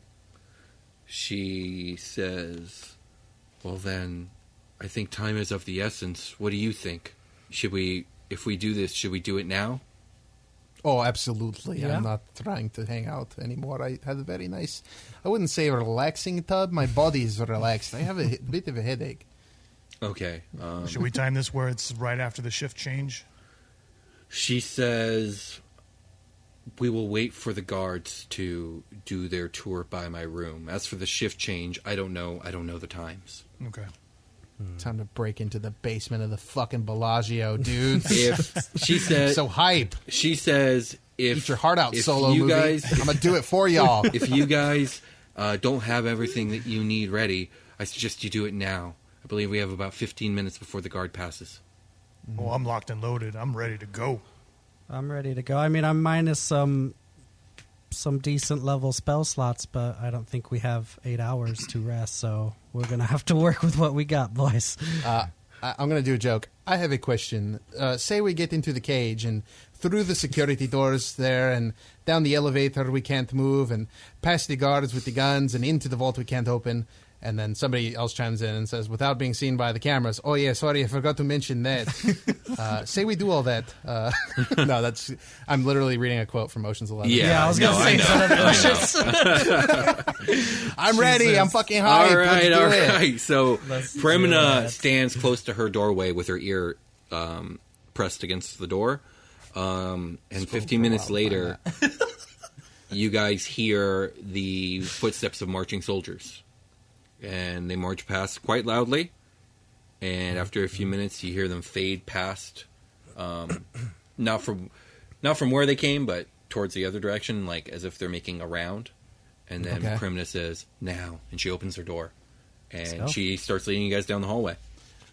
A: She says, "Well, then, I think time is of the essence. What do you think? Should we, if we do this, should we do it now?"
D: Oh, absolutely.
C: Yeah?
D: I'm not trying to hang out anymore. I had a very nice, I wouldn't say relaxing tub. My body is relaxed. I have a he- bit of a headache.
A: Okay. Um,
B: Should we time this where it's right after the shift change?
A: She says, We will wait for the guards to do their tour by my room. As for the shift change, I don't know. I don't know the times.
B: Okay.
D: Time to break into the basement of the fucking Bellagio, dude.
A: If she says,
D: so hype.
A: she says, if
D: Eat your heart out,
A: if
D: solo
A: you
D: movie.
A: guys,
D: I'm gonna do it for y'all.
A: if you guys uh, don't have everything that you need ready, I suggest you do it now. I believe we have about 15 minutes before the guard passes.
C: Mm-hmm.
B: Well, I'm locked and loaded. I'm ready to go.
C: I'm ready to go. I mean, I'm minus some some decent level spell slots, but I don't think we have eight hours to rest, so we're gonna have to work with what we got, boys.
D: Uh, I, I'm gonna do a joke. I have a question. Uh, say we get into the cage and through the security doors there, and down the elevator we can't move, and past the guards with the guns, and into the vault we can't open. And then somebody else chimes in and says, without being seen by the cameras, oh, yeah, sorry, I forgot to mention that. uh, say we do all that. Uh, no, that's, I'm literally reading a quote from Ocean's Eleven.
A: Yeah,
C: I was
A: no,
C: gonna
A: I
C: say
A: know,
C: son of
A: I know.
C: bitches.
D: I'm ready. I'm fucking hyped.
A: All right,
D: Let's do
A: all
D: it.
A: right. So
C: Let's do
A: Premna
C: it.
A: stands close to her doorway with her ear um, pressed against the door. Um, and 15 minutes later, you guys hear the footsteps of marching soldiers. And they march past quite loudly. And after a few minutes, you hear them fade past. Um, not from not from where they came, but towards the other direction, like as if they're making a round. And then
D: Okay.
A: Primna says, "Now," and she opens her door, and
C: go.
A: she starts leading you guys down the hallway.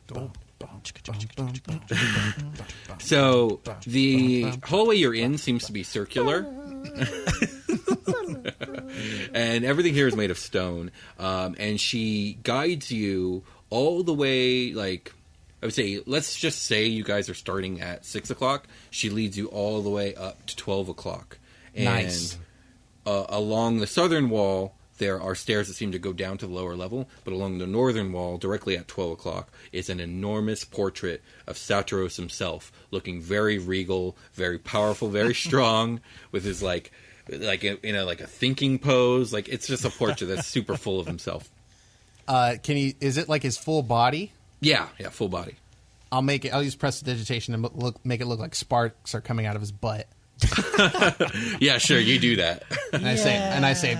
D: Dope.
A: So the hallway you're in seems to be circular, and everything here is made of stone. Um, and she guides you all the way, like I would say, let's just say you guys are starting at six o'clock. She leads you all the way up to twelve o'clock, and
D: Nice.
A: uh, along the southern wall. there are stairs that seem to go down to the lower level, but along the northern wall, directly at 12 o'clock, is an enormous portrait of Satros himself, looking very regal, very powerful, very strong, with his like, like you know, like a thinking pose. Like it's just a portrait that's super full of himself.
D: Uh, can he? Is it like his full body?
A: Yeah, yeah, full body.
D: I'll make it. I'll use prestidigitation and look, make it look like sparks are coming out of his butt.
A: Yeah, sure, you do that.
D: And I say, and I say,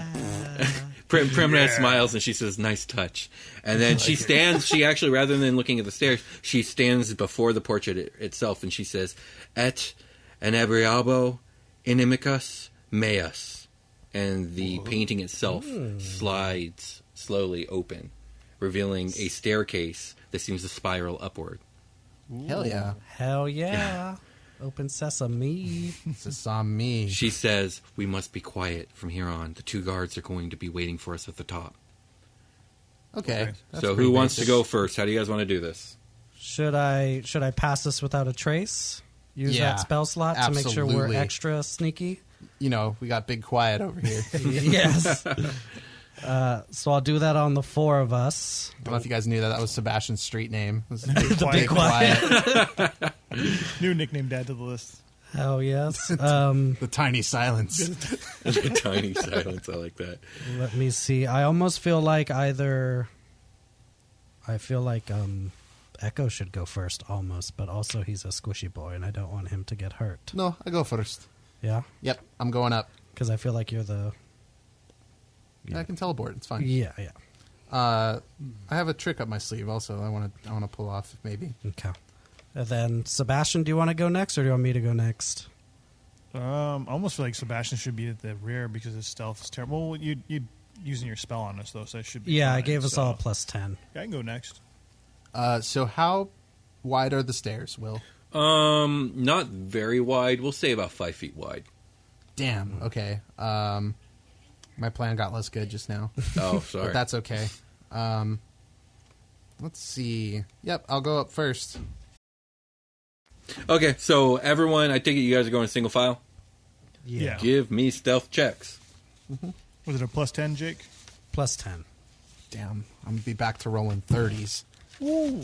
A: Prim, Primrose smiles and she says, "Nice touch." And then she stands. She actually, rather than looking at the stairs, she stands before the portrait it, itself, and she says, "Et inebriabo inimicus meus," and the painting itself
D: Hmm.
A: slides slowly open, revealing a staircase that seems to spiral upward.
D: "Hell yeah,
C: Hell yeah. Open sesame.
D: it's a on me."
A: She says, "We must be quiet from here on. The two guards are going to be waiting for us at the top."
D: Okay. that's
A: so,
D: pretty
A: who wants to
D: basic.
A: go first? How do you guys want to do this?
C: Should I should I pass this without a trace? Use
D: Yeah,
C: that spell slot to make sure
D: absolutely.
C: we're extra sneaky.
D: You know, we got big quiet over here. I
C: yes. Uh, so I'll do that on the four of us.
D: don't know if you guys knew that that was Sebastian's street name. It was big,
B: Quiet.
D: quiet.
B: New nickname to add to the list.
C: Hell yes. Um,
D: the tiny silence.
A: Tiny silence. I like that.
C: let me see. I almost feel like either. I feel like um, Echo should go first, almost, but also he's a squishy boy, and I don't want him to get hurt.
D: no, I go first.
C: Yeah,
D: Yep, I'm going up.
C: because I feel like you're the.
D: I can teleport. It's fine.
C: Yeah, yeah.
D: Uh, I have a trick up my sleeve. Also, I want to. I want to pull off. Maybe.
C: Okay. And then Sebastian, do you want to go next, or do you want me to go next?
B: Um, I almost feel like Sebastian should be at the rear because his stealth is terrible. Well, you you using your spell on us though, so it should be.
C: Yeah, I
B: fine,
C: gave us
B: so-
C: all a plus ten.
B: Yeah, I can go next.
D: Uh, so how wide are the stairs? Will.
A: Um, not very wide. We'll say about five feet wide.
D: Damn.
A: Mm-hmm.
D: Okay. Um, my plan got less good just now,
A: Oh, sorry.
D: but that's okay. Um, let's see. Yep, I'll go up first.
A: okay. So everyone, I take it you guys are going single file.
B: Yeah.
A: Give me stealth checks.
B: Was it a plus ten, Jake?
C: Plus ten.
D: Damn, I'm gonna be back to rolling thirties.
B: Ooh.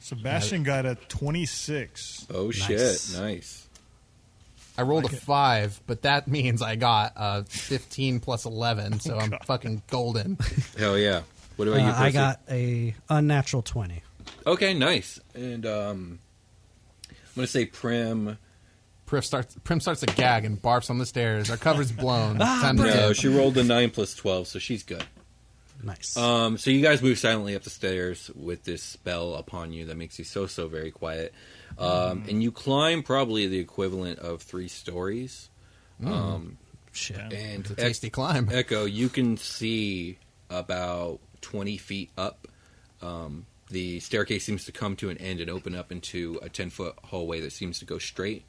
B: Sebastian got a twenty-six.
A: Oh
C: Nice.
A: shit! Nice.
D: I rolled
B: Like
D: a
B: it.
D: five, but that means I got uh, fifteen plus
A: Oh
D: eleven, so I'm fucking golden.
A: Hell yeah. What about you?
C: Uh, I
A: Percy?
C: got a unnatural twenty.
A: Okay, nice. And um, I'm gonna say Prim.
D: Prim starts. Prim starts to gag and barfs on the stairs. Our cover's blown. Time to
A: Ah, No,
D: dip.
A: she rolled a nine plus twelve, so she's good.
C: Nice.
D: Uh,
A: Um, so you guys move silently up the stairs with this spell upon you that makes you so so very quiet, um, and you climb probably the equivalent of three stories. Um,
C: Shit.
A: and
D: It's a tasty climb.
A: Echo, you can see about 20 feet up. Um, the staircase seems to come to an end and open up into a 10 foot hallway that seems to go straight.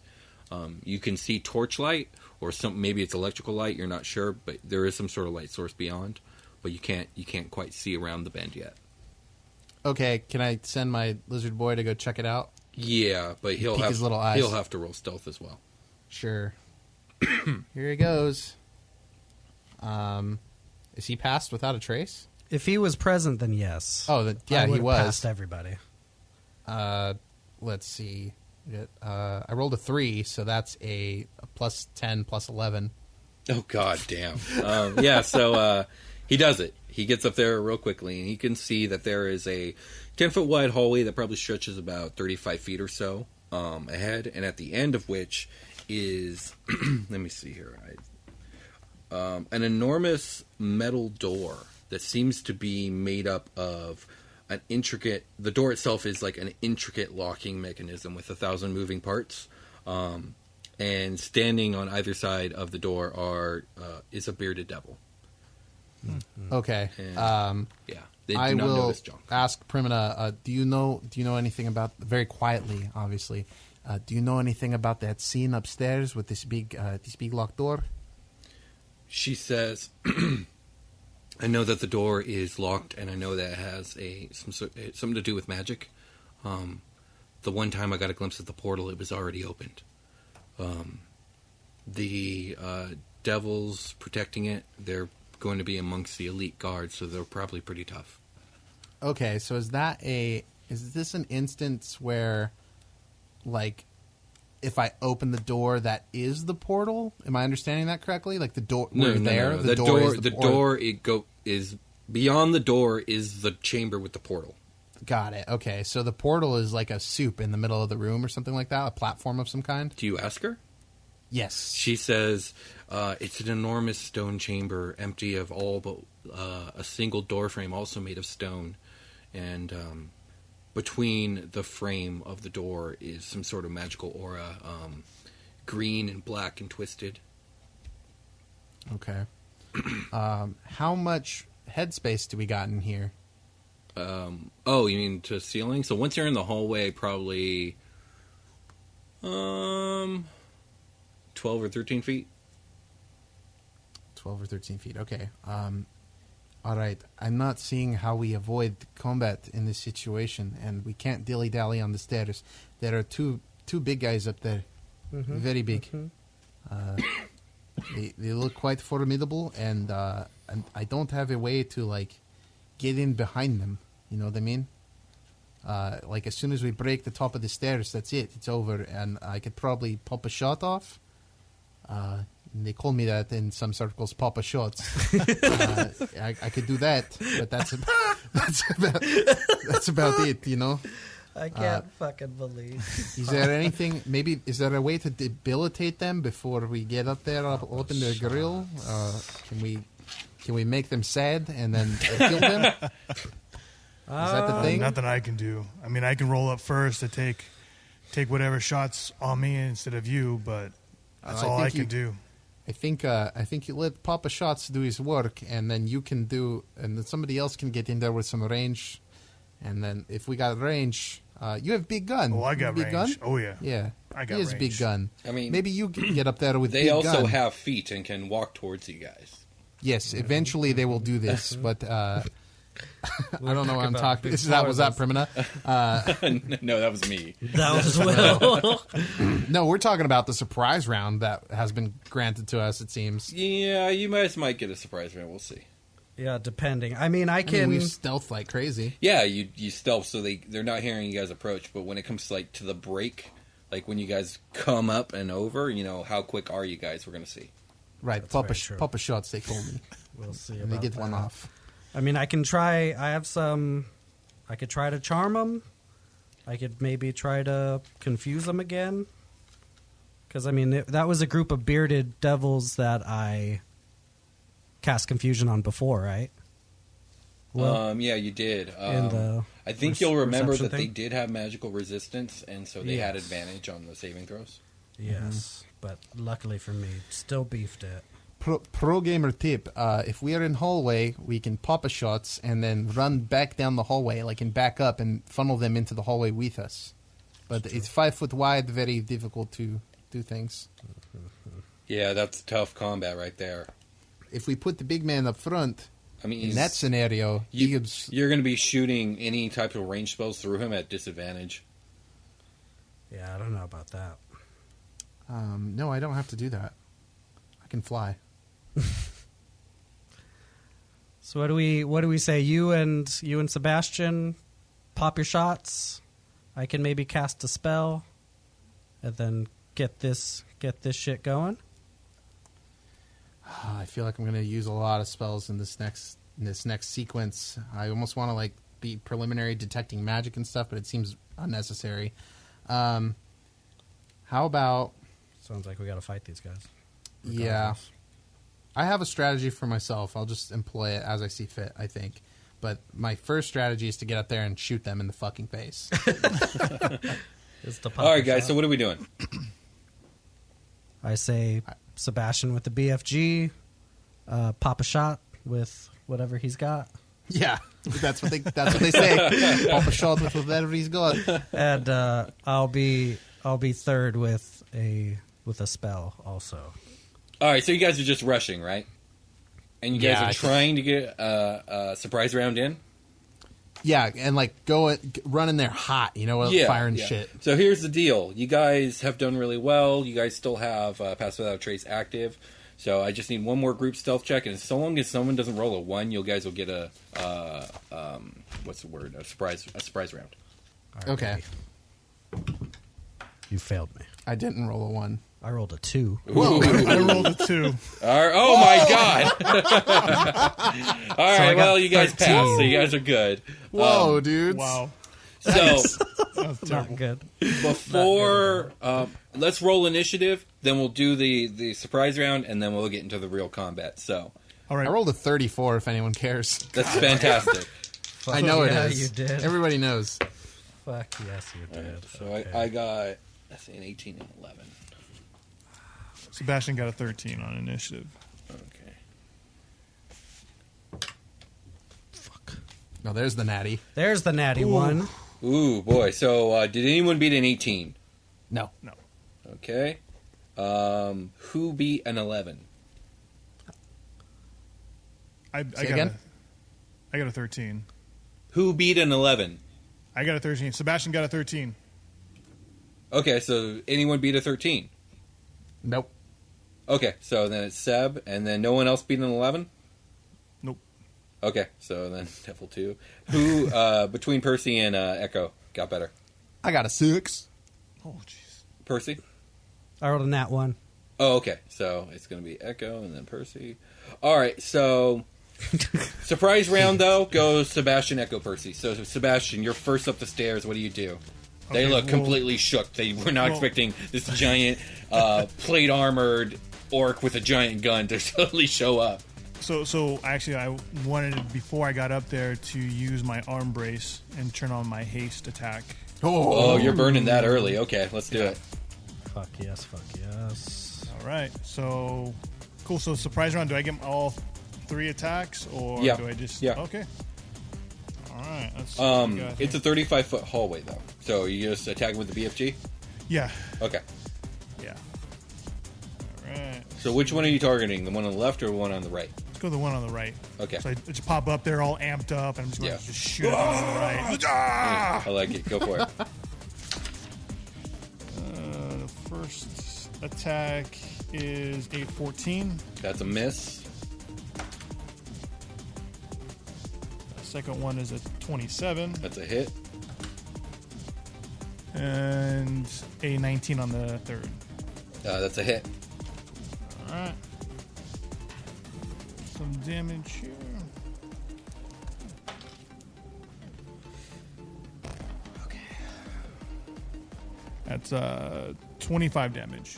A: Um, you can see torchlight or some maybe it's electrical light. You're not sure, but there is some sort of light source beyond. But you can't you can't quite see around the bend yet.
D: Okay, can I send my lizard boy to go check it out?
A: Yeah, but he'll
D: Peek
A: have
D: his little eyes.
A: he'll have to roll stealth as well.
D: Sure. Here he goes. Um, is he passed without a trace?
C: if he was present, then yes.
D: Oh, the,
C: I
D: yeah, he
C: would've
D: was.
C: Passed everybody.
D: Uh, let's see. Uh, I rolled a three, so that's a, a plus ten, plus eleven.
A: Oh god damn. Um, yeah, so uh, he does it. He gets up there real quickly, and he can see that there is a ten foot wide hallway that probably stretches about thirty five feet or so um, ahead, and at the end of which is let me see here, I, um, an enormous metal door that seems to be made up of an intricate. The door itself is like an intricate locking mechanism with a thousand moving parts. Um, and standing on either side of the door are uh, is a bearded devil.
D: Okay.
A: And-
D: Um,
A: Hmm. Yeah, they do
D: I
A: not know
D: will
A: this junk.
D: ask Primina. Uh, do you know? Do you know anything about? Very quietly, obviously. Uh, do you know anything about that scene upstairs with this big, uh, this big locked door?
A: She says, "I know that the door is locked, and I know that it has a some sort- eh, something to do with magic. Um, the one time I got a glimpse of the portal, it was already opened. Um, the uh, devils protecting it, they're going to be amongst the elite guards, so they're probably pretty tough.
D: Okay, so is that a is this an instance where like if I open the door that is the portal? Am I understanding that correctly? Like the door we're there,
A: The, door,
D: is
A: the
D: por-
A: door it go is beyond the door is the chamber with the portal.
D: Got it. Okay. So the portal is like a soup in the middle of the room or something like that, a platform of some kind?
A: Do you ask her?
D: Yes.
A: She says, uh, "It's an enormous stone chamber, empty of all but uh, a single door frame, also made of stone, and um, between the frame of the door is some sort of magical aura, um, green and black and twisted.
D: Okay. um, how much headspace do we got in here?
A: Um, oh, you mean to ceiling? So once you're in the hallway, probably um, twelve or thirteen feet.
D: 12 or 13 feet. Okay. Um, all right. I'm not seeing how we avoid combat in this situation, and we can't dilly dally on the stairs. There are two two big guys up there, very big. Uh, they, they look quite formidable, and uh, and I don't have a way to like get in behind them. You know what I mean? Uh, like as soon as we break the top of the stairs, that's it. It's over, and I could probably pop a shot off. Uh, and they call me that in some circles, Papa Shots. uh, I, I could do that, but that's about, that's about that's about it. You know.
C: I can't
D: Uh,
C: fucking believe.
D: Is there anything? Maybe is there a way to debilitate them before we get up there, up, open their grill? Uh, can we can we make them sad and then kill them? Is that
B: Uh,
D: the thing?
B: Nothing Um, I can do. I mean, I can roll up first to take take whatever shots on me instead of you, but that's
D: Uh, I
B: all I
D: think
B: can
D: you-
B: do.
D: I think uh, I think you let Papa Shots do his work, and then you can do, and then somebody else can get in there with some range, and then if we got range, uh, you have big gun.
B: Oh, I
D: You
B: got
D: big gun.
B: range. Oh, yeah.
D: yeah.
B: I got
D: he has big
B: range.
D: gun.
A: I mean,
D: maybe you can get up there with.
A: They
D: big
A: also
D: gun.
A: have feet and can walk towards you guys.
D: Yes, eventually they will do this, but uh, I don't know what I'm
C: about
D: talking.
C: big
D: This is that was that
C: powers.
D: Primina.
A: no, that was me.
C: That was Will.
D: No, we're talking about the surprise round that has been granted to us. It seems.
A: Yeah, you guys might get a surprise round. We'll see.
C: yeah, depending. I mean, I
D: I mean,
C: can.
D: we've stealth like crazy.
A: Yeah, you you stealth so they they're not hearing you guys approach. But when it comes like to the break, like when you guys come up and over, you know how quick are you guys? We're gonna see.
D: Right,
C: That's
D: Papa
C: very
D: sh
C: true.
D: Papa shots. They call me,
C: we'll see.
D: and they
C: about
D: get one
C: that.
D: off.
C: I mean, I can try. I have some. I could try to charm them. I could maybe try to confuse them again. Because, I mean, it, that was a group of bearded devils that I cast confusion on before, right? Well,
A: um, yeah, you did. Um,
C: in the
A: I think
C: rec-
A: you'll remember
C: reception
A: that they
C: thing?
A: did have magical resistance, and so they had
C: Yes.
A: advantage on the saving throws.
C: Yes. But luckily for me, still beefed it.
D: Pro, pro gamer tip: uh, If we are in hallway, we can Papa shots and then run back down the hallway, like and back up and funnel them into the hallway with us. But it's five foot wide, very difficult to do things.
A: Yeah, that's tough combat right there.
D: If we put the big man up front,
A: I mean,
D: in that scenario,
A: you,
D: Gibbs,
A: you're going to be shooting any type of range spells through him at disadvantage.
C: Yeah, I don't know about that.
D: um, no, I don't have to do that. I can fly.
C: So what do we what do we say? You and you and Sebastian, pop your shots. I can maybe cast a spell, and then get this get this shit going.
D: Ah, I feel like I'm going to use a lot of spells in this next in this next sequence. I almost want to like be preliminary detecting magic and stuff, but it seems unnecessary. Um, how about
C: Sounds like we got to fight these guys.
D: yeah? I have a strategy for myself. I'll just employ it as I see fit. I think. But my first strategy is to get up there and shoot them in the fucking face.
C: It's the
A: All right, guys. So what are we doing?
C: I say Sebastian with the BFG, uh, pop a shot with whatever he's got,
D: yeah, that's what they that's what they say. Pop a shot with whatever he's got.
C: and uh, I'll be I'll be third with a with a spell also.
A: All right, so you guys are just rushing, right? And you guys
D: Yeah,
A: are
D: I-
A: trying to get uh, a surprise round in.
D: Yeah, and like go at, run in there hot, you know, firing
A: yeah.
D: shit.
A: So here's the deal: you guys have done really well. You guys still have uh, Pass Without a Trace active, So I just need one more group stealth check, and so long as someone doesn't roll a one, you guys will get a uh, um, what's the word? A surprise, a surprise round.
C: Alrighty.
D: Okay.
C: You failed me.
D: I didn't roll a one.
C: I rolled a two.
A: Whoa!
B: I rolled a two.
A: oh my god! All
C: I
A: right,
C: got
A: well you guys
C: 13.
A: passed, so you guys are good.
D: Whoa,
A: Um,
D: dudes!
B: Wow.
A: so
B: That was terrible.
C: Not good.
A: before um, let's roll initiative, then we'll do the the surprise round, and then we'll get into the real combat. So
B: All right.
D: I rolled a 34. If anyone cares,
A: that's fantastic.
D: I know
C: yeah,
D: it is.
C: you did.
D: Everybody knows.
C: Fuck yes, you did.
A: So I, I got that's an eighteen and eleven.
B: Sebastian got a 13 on initiative.
A: Okay.
D: No, there's the natty.
C: There's the natty
B: Ooh.
C: one.
A: Ooh boy! So uh, did anyone beat an eighteen?
D: No,
A: Okay. Um, who beat an eleven?
B: I, I
D: Say
B: got
D: again?
B: A, I got a 13.
A: Who beat an eleven?
B: I got a 13. Sebastian got a 13.
A: Okay, so anyone beat a thirteen?
D: nope.
A: Okay, so then it's Seb, and then no one else beat an eleven.
B: Nope.
A: Okay, so then Devil Two. Who uh, between Percy and uh, Echo got better?
D: I got a six.
B: Oh, jeez.
A: Percy.
C: I rolled a nat one.
A: Oh, okay. So it's going to be Echo and then Percy. All right. So surprise round though goes Sebastian, Echo, Percy. So Sebastian, you're first up the stairs. What do you do? They
B: Okay,
A: look
B: well-
A: completely shook. They were not
B: well-
A: expecting this giant, uh, plate armored orc with a giant gun to suddenly show up.
B: So, so actually, I wanted to- before I got up there to use my arm brace and turn on my haste attack.
A: Oh, you're burning that
B: Hmm.
A: early. Okay, let's do it.
C: Fuck yes, fuck yes.
B: All right. So, cool. So, surprise round. Do I get all three attacks, or
A: Yeah.
B: do I just?
A: Yeah.
B: Okay. All right. Let's see what we
A: Um,
B: got
A: it's a
B: here.
A: 35 foot hallway though. So you just attack with the BFG.
B: yeah.
A: Okay.
B: Yeah. All right.
A: So which one are you targeting? The one on the left or the one on the right?
B: Let's go to the one on the right.
A: Okay.
B: So I just pop up there all amped up, and I'm just going
A: Yeah. Ah!
B: to just shoot it on the right.
A: I like it. Go for it.
B: Uh, the first attack is 814.
A: That's a miss.
B: The second one is a 27.
A: That's a hit.
B: And a 19 on the third.
A: Uh, that's a hit.
B: Alright. Some damage here. Okay. That's uh, 25 damage.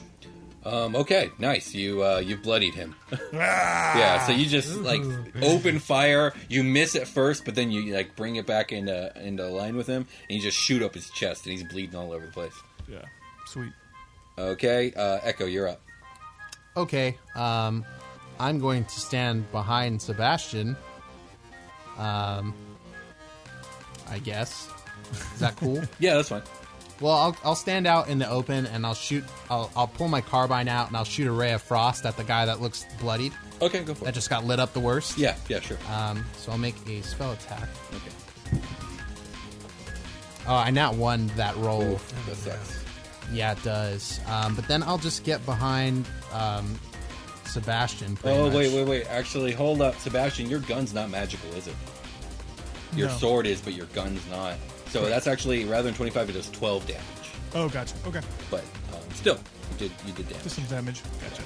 A: Um, okay, nice. You uh, you bloodied him.
B: Ah!
A: yeah. So you just like
C: Ooh.
A: open fire. You miss at first, but then you like bring it back into into line with him, and you just shoot up his chest, and he's bleeding all over the place.
B: Yeah. Sweet.
A: Okay, uh, Echo, you're up.
D: Okay. Um, I'm going to stand behind Sebastian. Um, I guess. Is that cool?
A: Yeah, that's fine.
D: Well, I'll, I'll stand out in the open and I'll shoot. I'll, I'll pull my carbine out and I'll shoot a ray of frost at the guy that looks bloodied.
A: Okay, go for
D: That
A: it.
D: just got lit up the worst.
A: Yeah, yeah, sure.
D: Um, so I'll make a spell attack.
A: Okay,
D: Oh, I not won that roll.
A: that sucks.
D: oh, Yeah, it does. Um, but then I'll just get behind um, Sebastian. pretty
A: Oh
D: much.
A: wait, wait, wait. Actually, hold up, Sebastian. Your gun's not magical, is it? Your
B: No.
A: sword is, but your gun's not. So that's actually rather than twenty five, it does twelve damage.
B: Oh, gotcha. Okay.
A: But um, still, you did you did damage?
B: Just some damage. Gotcha.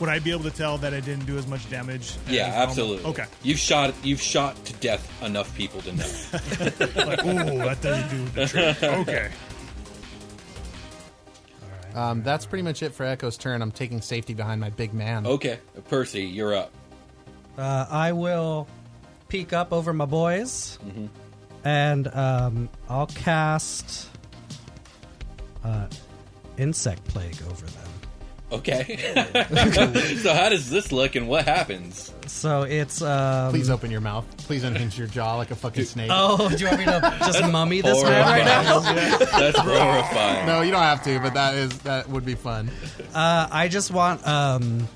B: Would I be able to tell that I didn't do as much damage? as
A: Yeah,
B: normal?
A: absolutely.
B: Okay.
A: You've shot you've shot to death enough people to know.
B: Like, ooh, that doesn't do the trick. Okay.
D: Um, that's pretty much it for Echo's turn. I'm taking safety behind my big man.
A: okay, Percy, you're up.
C: Uh, I will peek up over my boys,
A: Mm-hmm.
C: and um, I'll cast uh, insect plague over them.
A: Okay. so how does this look and what happens?
C: So it's um,
D: Please open your mouth. Please unhinge your jaw like a fucking snake.
C: Oh, do you want me to just mummy this man right
A: horrifying.
C: now?
A: That's horrifying.
D: No, you don't have to, but that is that would be fun.
C: Uh, I just want um,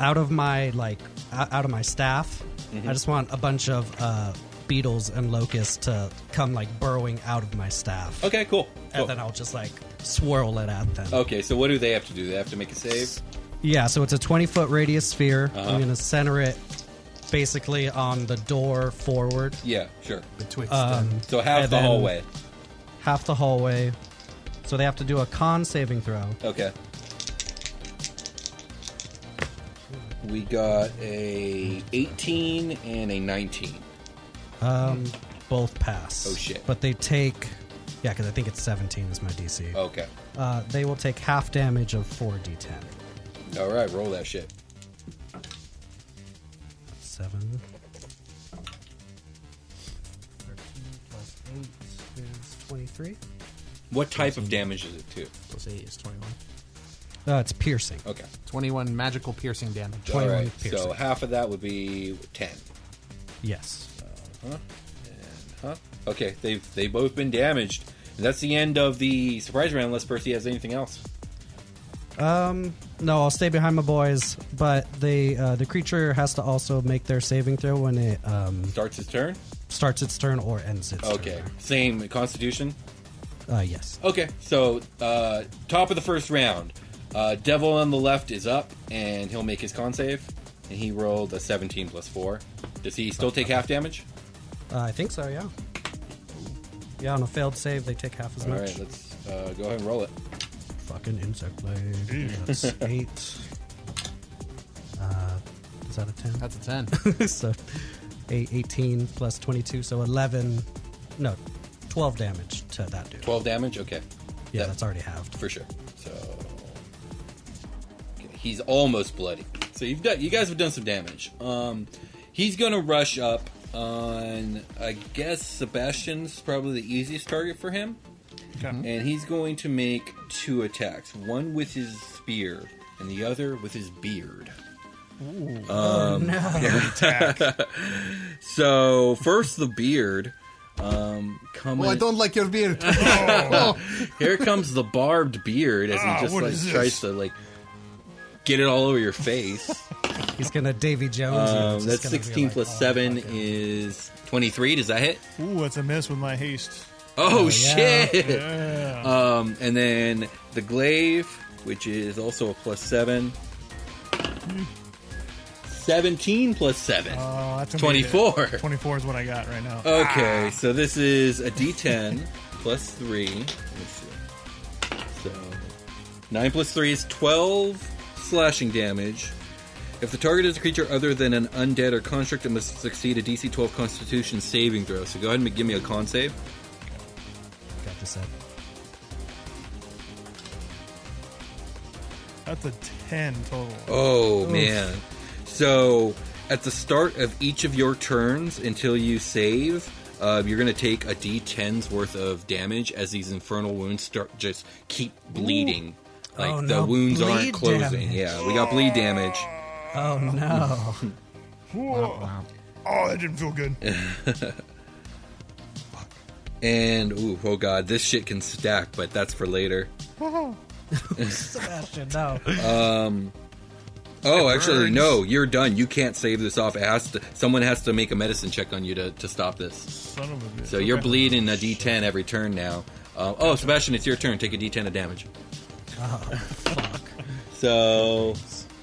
C: out of my like o- out of my staff.
A: Mm-hmm.
C: I just want a bunch of uh, beetles and locusts to come like burrowing out of my staff,
A: Okay, cool.
C: and
A: cool.
C: then I'll just like swirl it at them.
A: Okay, so what do they have to do? They have to make a save.
C: Yeah, so it's a 20 foot radius sphere.
A: Uh-huh.
C: I'm going to center it basically on the door forward,
A: Yeah, sure.
D: Betwixt
C: Um,
D: them.
A: So half
C: And
A: the
C: then-
A: hallway.
C: half the hallway. So they have to do a con saving throw.
A: Okay. We got a 18 and a 19.
C: Um, both pass.
A: Oh, shit.
C: But they take, yeah, because I think it's 17 is my DC.
A: Okay.
C: Uh, they will take half damage of 4d10.
A: All right, roll that shit.
C: Seven. 13 plus eight is 23.
A: What type of damage is it to?
D: Plus 8 is 21.
C: Uh, it's piercing.
A: Okay.
D: 21 magical piercing damage.
A: All
C: 21
A: right.
C: piercing.
A: So half of that would be 10.
C: Yes.
A: Huh? Okay. They've they both been damaged. And that's the end of the surprise round. Unless Percy has anything else.
C: Um, no, I'll stay behind my boys, but the uh, the creature has to also make their saving throw when it um,
A: Starts his turn.
C: starts its turn or ends its
A: Okay. Oh. Same Constitution.
C: turn. Uh, yes.
A: Okay, so uh, top of the first round, uh, Devil on the left is up, and he'll make his con save, and he rolled a 17 plus four. Does he still take half damage?
C: Uh, I think so, yeah. Yeah, on a failed save, they take half as
A: All
C: much.
A: right, let's uh, go ahead and roll it.
C: Fucking insect blade.
A: Mm.
C: That's eight. Uh, is that a ten?
D: That's a 10.
C: so, eight, 18 plus 22, so 11. No, 12 damage to that dude.
A: 12 damage? Okay.
C: Yeah,
A: That-
C: that's already halved.
A: For sure. So. Okay, he's almost bloody. So you've done, you guys have done some damage. Um, he's going to rush up on, I guess, Sebastian's probably the easiest target for him.
B: Okay.
A: and he's going to make two attacks one with his spear and the other with his beard
B: Oh,
A: Um, so first the beard um coming
D: Well, I don't like your beard.
A: here comes the barbed beard as
B: Ah,
A: he just
B: what
A: like
B: is this?
A: tries to like get it all over your face
C: He's gonna Davy Jones. you.
A: um,
C: It's
A: that's
C: just gonna be
A: 16
C: like,
A: plus
C: oh,
A: 7
C: fucking-
A: is 23 does that hit
B: Ooh, that's a miss with my haste.
A: oh,
C: yeah.
A: shit
B: Yeah.
A: um and then the glaive which is also a plus 7
C: Hmm.
A: 17 plus 7
C: Uh,
B: Oh, that's gonna be a hit.
A: 24.
B: 24 is what I got right
A: Uh,
B: now.
A: Okay, so this is a D10 plus three. Let me see. So nine plus three is twelve slashing damage. If the target is a creature other than an undead or construct, it must succeed a DC 12 Constitution saving throw. So go ahead and give me a con save.
C: Got this up.
B: That's a 10 total.
A: Oh man. So at the start of each of your turns until you save, uh, you're going to take a D10's worth of damage as these infernal wounds start just keep bleeding. Like
C: Oh,
A: the
C: no,
A: wounds
C: bleed
A: aren't closing.
C: damage.
A: Yeah, we got bleed damage.
C: Oh no!
B: Whoa. Oh, that didn't feel good.
A: And ooh, oh god, this shit can stack, but that's for later.
C: Sebastian, no.
A: Oh, actually, no, you're done. You can't save this off. It has to. Someone has to make a medicine check on you to, to stop this.
B: Son of a bitch.
A: So you're
B: Okay.
A: bleeding a D10 every turn now. Uh, oh, Sebastian, it's your turn. Take a D10 of damage.
B: Oh,
C: Fuck.
A: So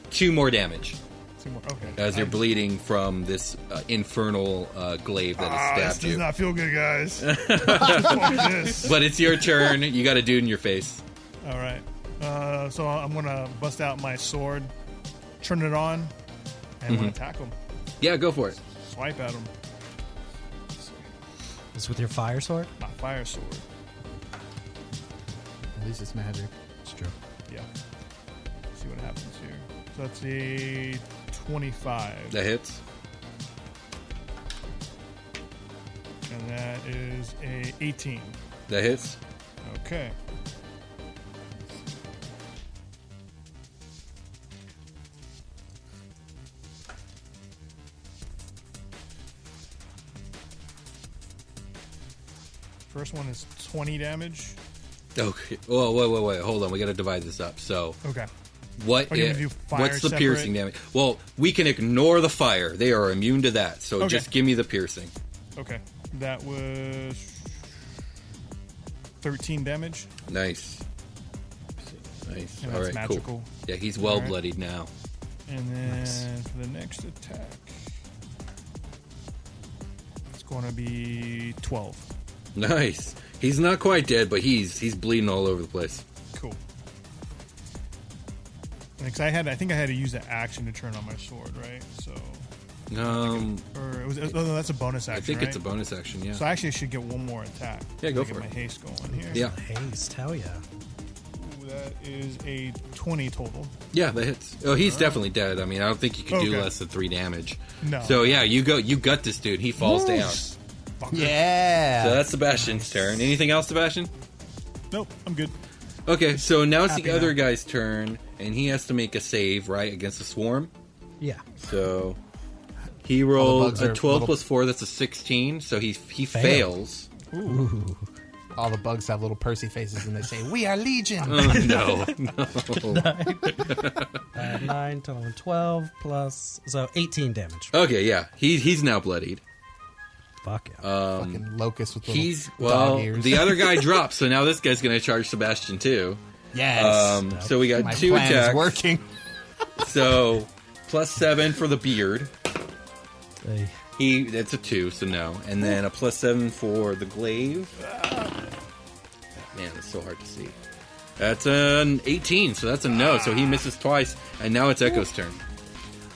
A: two more damage
B: Two more. Okay.
A: as you're
B: I-
A: bleeding from this uh, infernal uh, glaive that
B: Ah,
A: has
B: this
A: stabbed
B: does
A: you.
B: not feel good, guys. Fuck this.
A: But it's your turn. You got a dude in your face.
B: All right. Uh, so I'm gonna bust out my sword, turn it on, and I'm
A: Mm-hmm.
B: gonna attack him.
A: Yeah, go for it.
B: Swipe at him.
C: This with your fire sword?
B: My fire sword.
D: At least it's magic.
C: It's true.
B: Yeah. see what happens here. So that's a 25,
A: That hits.
B: and that is a 18.
A: That hits.
B: Okay. First one is 20 damage.
A: Okay. Whoa, whoa, whoa, wait. Hold on. We got to divide this up. So
B: Okay.
A: what?
B: Are you
A: If,
B: gonna do fire
A: what's the
B: separate?
A: piercing damage? Well, we can ignore the fire. They are immune to that. So
B: Okay.
A: just give me the piercing.
B: Okay. That was 13 damage.
A: Nice. Nice.
B: And
A: All
B: that's
A: right,
B: magical.
A: cool. Yeah, he's
B: All
A: well
B: right.
A: bloodied now.
B: And then
C: Nice.
B: for the next attack, it's going to be 12.
A: Nice. He's not quite dead, but he's he's bleeding all over the place.
B: Cool. Because I had, I think I had to use the action to turn on my sword, right? So,
A: Um,
B: or it was, oh, no, that's a bonus
A: I
B: action.
A: think it's a
B: right?
A: bonus action. Yeah.
B: So I actually should get one more attack.
A: Yeah, go
B: to
A: for
B: get
A: it.
B: My haste going here.
A: Yeah.
C: Haste, hell yeah.
B: Ooh, that is a 20 total.
A: Yeah, that hits. Oh, he's definitely dead. I mean, I don't think you can do
B: Okay.
A: less than three damage.
B: No.
A: So yeah, you go. You gut this dude. He falls down.
B: Yes. Fucker.
A: So
D: Yeah.
A: that's Sebastian's turn. Anything else, Sebastian?
B: Nope, I'm good.
A: Okay, so now it's
B: Happy
A: the other
B: now.
A: guy's turn, and he has to make a save, right, against the swarm.
C: Yeah.
A: So he
D: All the
A: rolled
D: bugs
A: a
D: are
A: 12
D: little-
A: plus 4, that's a 16, so he, he
C: Failed.
A: fails.
C: Ooh.
D: All the bugs have little Percy faces and they say, We are Legion.
A: Oh, no, no.
C: Uh, 9, 10, 12, plus. So 18 damage.
A: Okay, yeah, he, he's now bloodied.
C: Fuck yeah.
A: uh,
D: Fucking locust with little
A: Um, He's,
D: dog
A: well,
D: ears.
A: the other guy drops, so now this guy's going to charge Sebastian, too.
D: yes.
A: Um, so we got
D: My
A: two
D: plan
A: attacks.
D: is working.
A: So plus 7 for the beard.
C: Hey.
A: He that's a two, so no. And then a plus seven for the glaive. Man, it's so hard to see. That's an eighteen, so that's a no. So he misses twice, and now it's Echo's turn.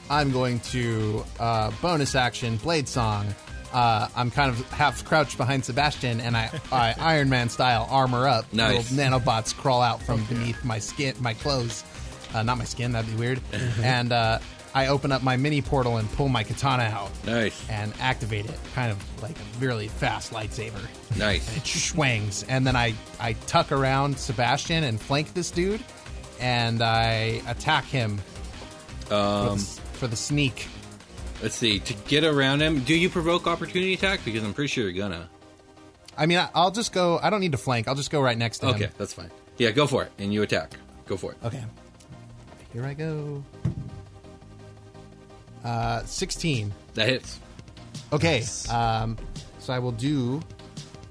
D: I'm going to uh, bonus action blade song. Uh, I'm kind of half crouched behind Sebastian, and I, I Iron Man style armor up.
A: Nice.
D: Little nanobots crawl out from beneath my skin, my clothes. Uh, not my skin. That'd be weird. and uh, I open up my mini portal and pull my katana out
A: Nice,
D: and activate it, kind of like a really fast lightsaber.
A: nice.
D: It swings, and then I I tuck around Sebastian and flank this dude, and I attack him for, the, s- for the sneak.
A: Let's see. To get around him, do you provoke opportunity attack? Because I'm pretty sure you're gonna.
D: I mean, I- I'll just go. I don't need to flank. I'll just go right next to him.
A: Okay, that's fine. Yeah, go for it, and you attack. Go for it.
D: Um, Okay. Here I go. Uh, sixteen.
A: That hits.
D: Okay.
C: Nice.
D: Um, so I will do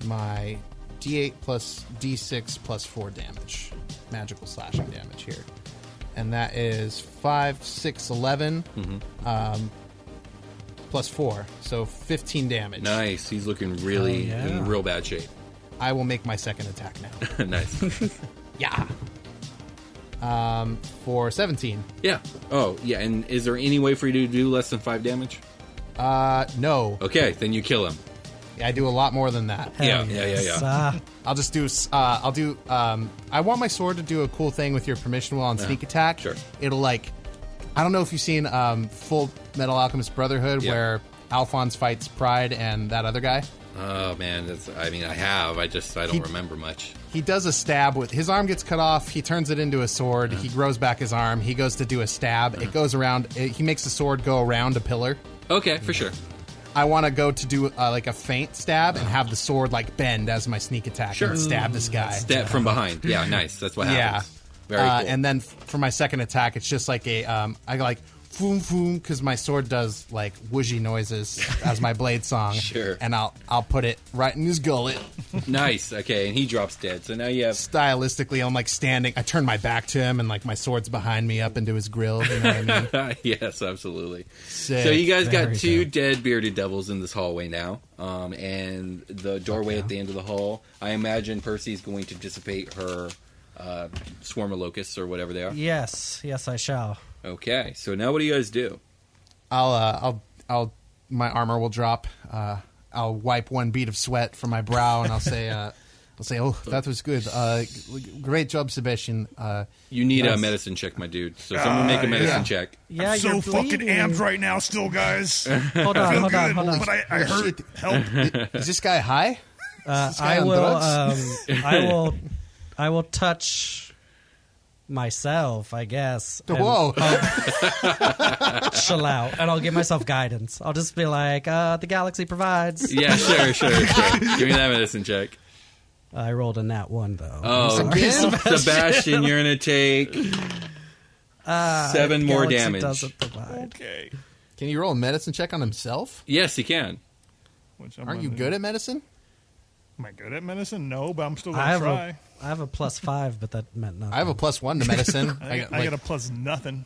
D: my D8 plus D6 plus four damage, magical slashing damage here, and that is five, six, eleven, um,
A: Mm-hmm.
D: plus four, so fifteen damage.
A: Nice. He's looking really
C: Hell yeah.
A: in real bad shape.
D: I will make my second attack now.
A: nice.
D: yeah. Um, for seventeen.
A: Yeah. Oh, yeah. And is there any way for you to do less than five damage?
D: Uh, no.
A: Okay, then you kill him.
D: I do a lot more than that.
C: Hell
A: yeah, yeah, yeah, yeah.
C: Ah,
D: I'll just do. Uh, I'll do. Um, I want my sword to do a cool thing with your permission while on sneak attack.
A: sure.
D: It'll like. I don't know if you've seen um, Full Metal Alchemist Brotherhood,
A: Yeah.
D: where Alphonse fights Pride and that other guy.
A: Oh man, that's. I mean, I have. I just I don't
D: He-
A: remember much.
D: He does a stab with his arm gets cut off. He turns it into a sword. He grows back his arm. He goes to do a stab. It goes around. It, he makes the sword go around a pillar.
A: Okay, for sure.
D: I want to go to do uh, like a feint stab and have the sword like bend as my sneak attack
A: Sure.
D: and stab this guy.
A: Step from behind. Yeah, nice. That's what happens.
D: Yeah.
A: Very
D: Uh,
A: cool.
D: And then f- for my second attack, it's just like a um, I go like foom foom because my sword does like whooshy noises as my blade song.
A: Sure.
D: And I'll I'll put it right in his gullet.
A: nice. Okay, and he drops dead. So now you have.
D: Stylistically, I'm like standing. I turn my back to him, and like my sword's behind me up into his grill. You know what I mean?
A: yes, absolutely.
D: Sick.
A: So you guys got
C: Very
A: two
C: dope.
A: dead bearded devils in this hallway now, um, and the doorway at the end of the hall. I imagine Percy's going to dissipate her uh, swarm of locusts or whatever they are.
C: yes, yes, I shall.
A: Okay, so now what do you guys do?
D: I'll uh, I'll I'll my armor will drop. Uh, I'll wipe one bead of sweat from my brow, and I'll say. Uh, I'll say, oh, that was good. Uh, g- great job, Sebastian. Uh,
A: You need a
D: Nice.
A: medicine check, my dude. So someone make a medicine
D: Uh, yeah.
A: check.
C: Yeah,
B: I'm so
C: you're
B: fucking
C: bleeding.
B: amped right now, still, guys.
C: Hold on,
B: Feel
C: hold on,
B: good,
C: hold on.
B: But I, I hurt. Help.
D: is this guy high?
C: Uh,
D: this guy
C: I
D: on
C: will. Um,
D: drugs?
C: I will. I will touch myself. I guess. and
D: Whoa.
C: Chill out, and I'll give myself guidance. I'll just be like, uh, "The galaxy provides."
A: Yeah, sure, sure, sure. Give me that medicine check.
C: I rolled a nat one though.
A: Oh,
D: Again?
A: Sebastian. you're gonna take seven more
C: Galaxy
A: damage.
C: Doesn't provide.
B: okay.
D: Can you roll a medicine check on himself?
A: Yes, he can.
B: Which I'm
D: Aren't you
B: gonna-
D: good at medicine?
B: Am I good at medicine? No, but I'm still
C: I
B: gonna
C: have
B: try.
C: a I have a plus five, but that meant nothing.
D: I have a plus one to medicine.
B: I, got, I
D: like,
B: got a plus nothing.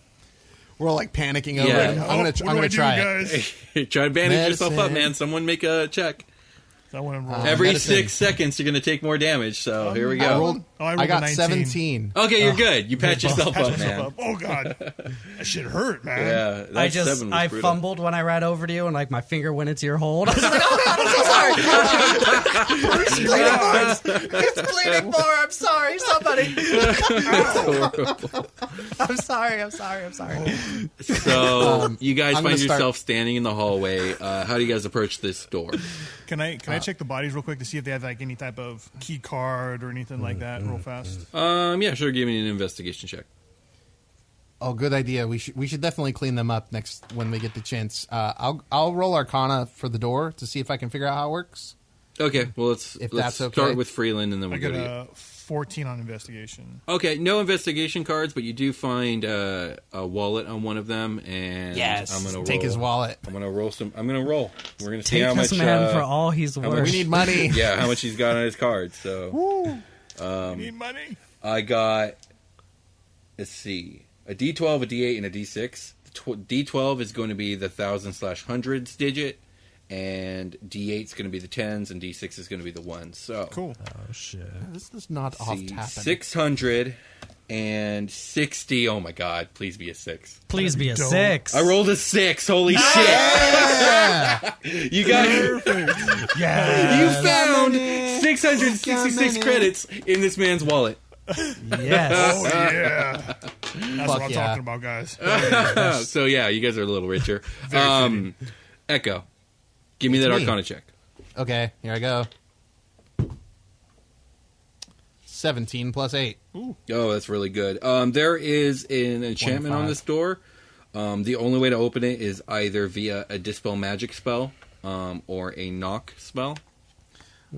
D: we're all like panicking over.
A: Yeah.
D: it. I'm
B: Oh,
D: gonna,
B: what do
D: I'm
B: I
D: gonna
B: do,
D: try it.
B: guys?
A: Try to bandage yourself up,
D: Medicine.
A: man. Someone make a check.
B: I want to roll.
D: Uh,
A: Every
D: medicine.
A: six seconds, you're going to take more damage. So here we
D: I
A: go.
D: rolled.
B: Oh, I
D: I,
B: rolled a
D: got
B: 19.
D: 17.
A: okay, you're good. You patch yourself
B: Patch
A: up,
B: myself
A: man.
B: up. Oh god, that shit hurt, man.
A: Yeah, that
C: I just
A: seven was
C: I
A: brutal.
C: fumbled when I ran over to you, and like my finger went into your hold. I was like, "Oh God, I'm so sorry." it's bleeding more. It's bleeding more. I'm sorry, somebody. I'm sorry. I'm sorry. I'm sorry.
A: So you guys
D: I'm
A: find
D: gonna start-
A: yourself standing in the hallway. Uh, how do you guys approach this door?
B: Can I can I check the bodies real quick to see if they have like any type of key card or anything like that?
D: Mm,
B: Real fast.
A: Um, yeah, sure. Give me an investigation check.
D: Oh, good idea. We should we should definitely clean them up next when we get the chance. Uh, I'll I'll roll Arcana for the door to see if I can figure out how it works.
A: Okay, well let's
D: If
A: let's
D: that's okay.
A: start with Freeland and then
B: I uh,
A: we'll go to
B: got
A: you.
B: a fourteen on investigation.
A: Okay, no investigation cards, but you do find uh, a wallet on one of them, and
C: Yes,
A: I'm gonna
D: Take
A: roll.
D: his wallet.
A: I'm gonna roll some. I'm gonna roll. We're gonna see how
C: Take this
A: much.
C: man
A: uh,
C: for all he's
A: much-
C: worth.
D: We need money.
A: yeah, how much he's got on his card. So
D: Um,
B: you need money?
A: I got. Let's see, a D12, a D8, and a D6. Tw- D12 is going to be the thousand slash hundreds digit, and D8 is going to be the tens, and D6 is going to be the ones. So
B: Cool.
C: Oh shit!
D: This does not off
A: see,
D: happen.
A: six hundred and sixty. Oh my god! Please be a six.
C: Please be a
B: Don't.
C: six.
A: I rolled a six. Holy shit! you got
C: Yeah.
A: you found
D: Yamene.
A: six hundred sixty-six
D: Yamene.
A: credits in this man's wallet.
B: Oh
C: Yes.
B: yeah, that's what I'm
D: yeah.
B: talking about, guys.
A: so yeah, you guys are a little richer. Um, Echo, give me that
D: me.
A: Arcana check.
D: Okay, here I go. 17 plus 8.
A: Oh, that's really good. Um, there is an enchantment on
D: 25.
A: this door. Um, the only way to open it is either via a dispel magic spell um, or a knock spell.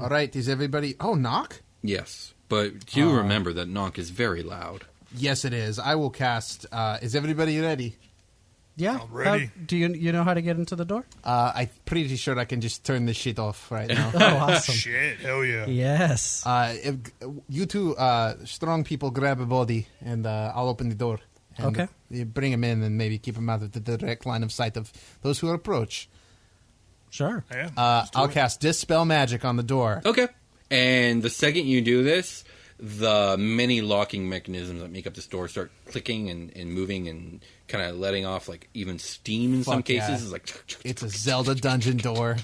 D: All right, is everybody. Oh, knock?
A: Yes, but do remember that knock is very loud.
D: Yes, it is. I will cast. Uh, is everybody ready?
C: Yeah.
B: I'm ready.
C: How- do you you know how to get into the door?
D: Uh, I'm pretty sure I can just turn this shit off right
C: Oh,
D: now.
C: awesome.
B: Shit, hell yeah.
C: Yes.
D: uh, if, you two uh, strong people grab a body, and uh, I'll open the door. And
C: Okay.
D: You bring him in and maybe keep him out of the direct line of sight of those who approach.
C: Sure.
B: Yeah,
D: Uh,
B: let's do
D: I'll
B: it.
D: cast Dispel Magic on the door.
A: Okay. And the second you do this, the many locking mechanisms that make up this door start clicking and, and moving and kind of letting off like even steam in some
D: Fuck yeah.
A: cases. It's like,
D: It's a Zelda dungeon door.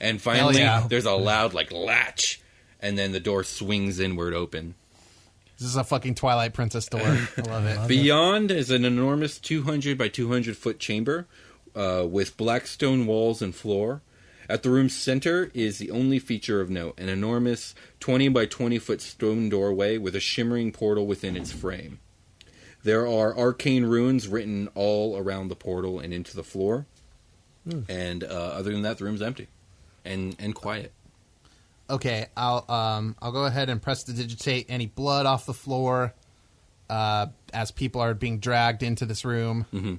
A: and finally
D: yeah.
A: there's a loud like latch, and then the door swings inward open.
D: This is a fucking Twilight Princess door. I love it.
A: Beyond is an enormous 200 by 200 foot chamber uh, with black stone walls and floor. At the room's center is the only feature of note an enormous 20 by 20 foot stone doorway with a shimmering portal within its frame. There are arcane runes written all around the portal and into the floor.
C: Hmm.
A: And uh, other than that, the room's empty and, and quiet.
D: Okay, I'll um I'll go ahead and press the digitate any blood off the floor, uh, as people are being dragged into this room,
A: Mhm.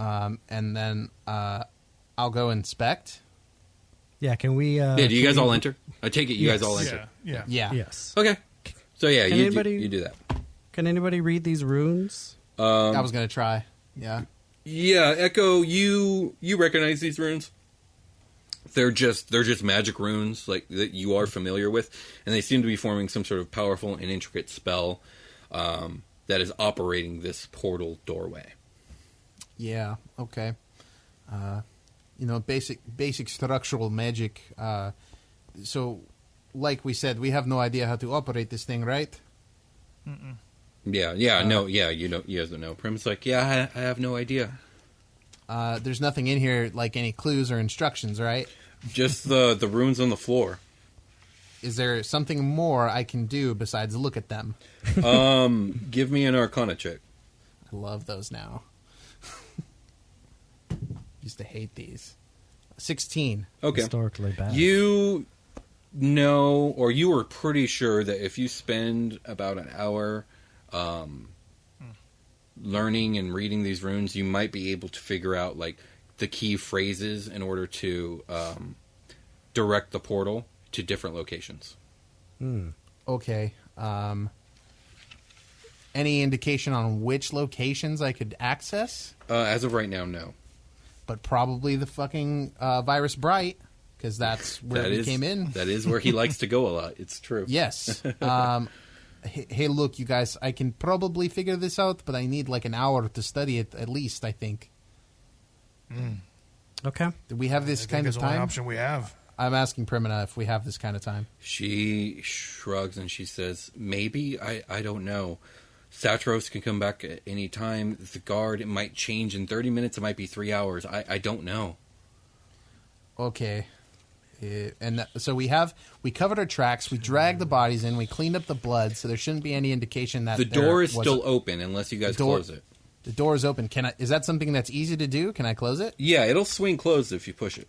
D: um, and then uh, I'll go inspect.
C: Yeah. Can we? Uh,
A: yeah, do you
C: can
A: guys
C: we-
A: all enter? I take it you guys
C: Yes.
A: all
B: yeah,
A: enter.
B: yeah.
D: Yeah,
C: Yes.
A: Okay. So, yeah,
C: Can
A: you,
C: anybody-
A: do, you do that.
C: Can anybody read these runes?
D: I was gonna try. Yeah,
A: Yeah, Echo, you you recognize these runes? They're just they're just magic runes like that you are familiar with, and they seem to be forming some sort of powerful and intricate spell um, that is operating this portal doorway.
D: yeah, okay. Uh, you know, basic basic structural magic. Uh, so, like we said, we have no idea how to operate this thing, right?
A: Yeah, yeah, no, yeah, you don't you guys don't know. Prim's like, yeah, I, I have no idea.
D: Uh, there's nothing in here like any clues or instructions, right?
A: Just the the runes on the floor.
D: Is there something more I can do besides look at them?
A: Um, give me an Arcana check.
D: I love those now. Used to hate these. 16.
A: Okay,
C: Historically bad.
A: You know, or you were pretty sure that if you spend about an hour um, learning and reading these runes, you might be able to figure out like the key phrases in order to um, direct the portal to different locations.
D: Okay. Um, any indication on which locations I could access?
A: Uh, as of right now, no.
D: But probably the fucking uh, virus bright because that's where
A: That
D: we
A: is-
D: came in.
A: That is where he likes to go a lot. It's true.
D: Yes. Um, hey, hey, look, you guys, I can probably figure this out, but I need like an hour to study it at least. I think.
C: Okay.
D: Do we have
B: Uh, I
D: this
B: think
D: kind of
B: that's the only
D: time?
B: option we have.
D: I'm asking Primina if we have this kind of time.
A: She shrugs and she says, "Maybe I, I don't know. Satros can come back at any time. The guard it might change in thirty minutes. It might be three hours. I, I don't know.
D: Okay. Uh, and th- so we have we covered our tracks. We dragged the bodies in. We cleaned up the blood, so there shouldn't be any indication that
A: The
D: there
A: door is
D: was-
A: still open unless you guys
D: Door-
A: close it.
D: The door is open. Can I? Is that something that's easy to do? Can I close it?
A: Yeah, it'll swing closed if you push it.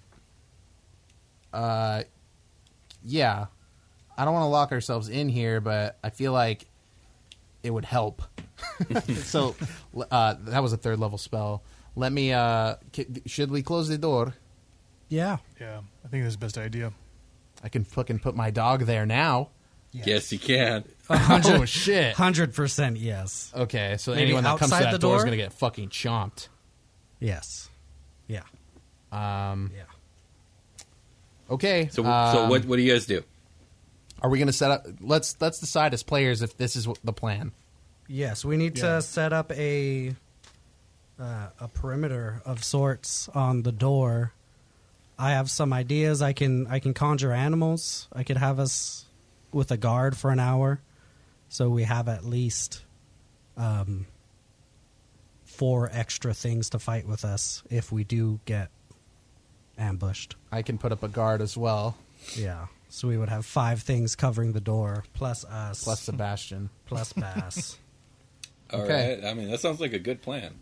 D: Uh, yeah. I don't want to lock ourselves in here, but I feel like it would help. so l- uh, that was a third level spell. Let me. Uh, ki- should we close the door?
C: Yeah.
B: Yeah, I think that's the best idea.
D: I can fucking put my dog there now.
A: Yes, you can.
D: Oh shit.
C: Hundred percent yes.
D: Okay, so
C: Maybe
D: anyone that comes to
C: outside
D: that
C: the
D: door is
C: door?
D: gonna get fucking chomped.
C: Yes. Yeah.
D: Um,
C: Yeah.
D: okay.
A: So so
D: um,
A: what what do you guys do?
D: are we gonna set up? Let's let's decide as players if this is what the plan.
C: Yes, we need
B: Yeah.
C: to set up a uh, a perimeter of sorts on the door. I have some ideas. I can I can conjure animals. I could have us with a guard for an hour, so we have at least um, four extra things to fight with us if we do get ambushed.
D: I can put up a guard as well,
C: Yeah, so we would have five things covering the door plus us
D: plus Sebastian.
C: plus Bass.
A: All right.
D: Okay.
A: I mean, that sounds like a good plan.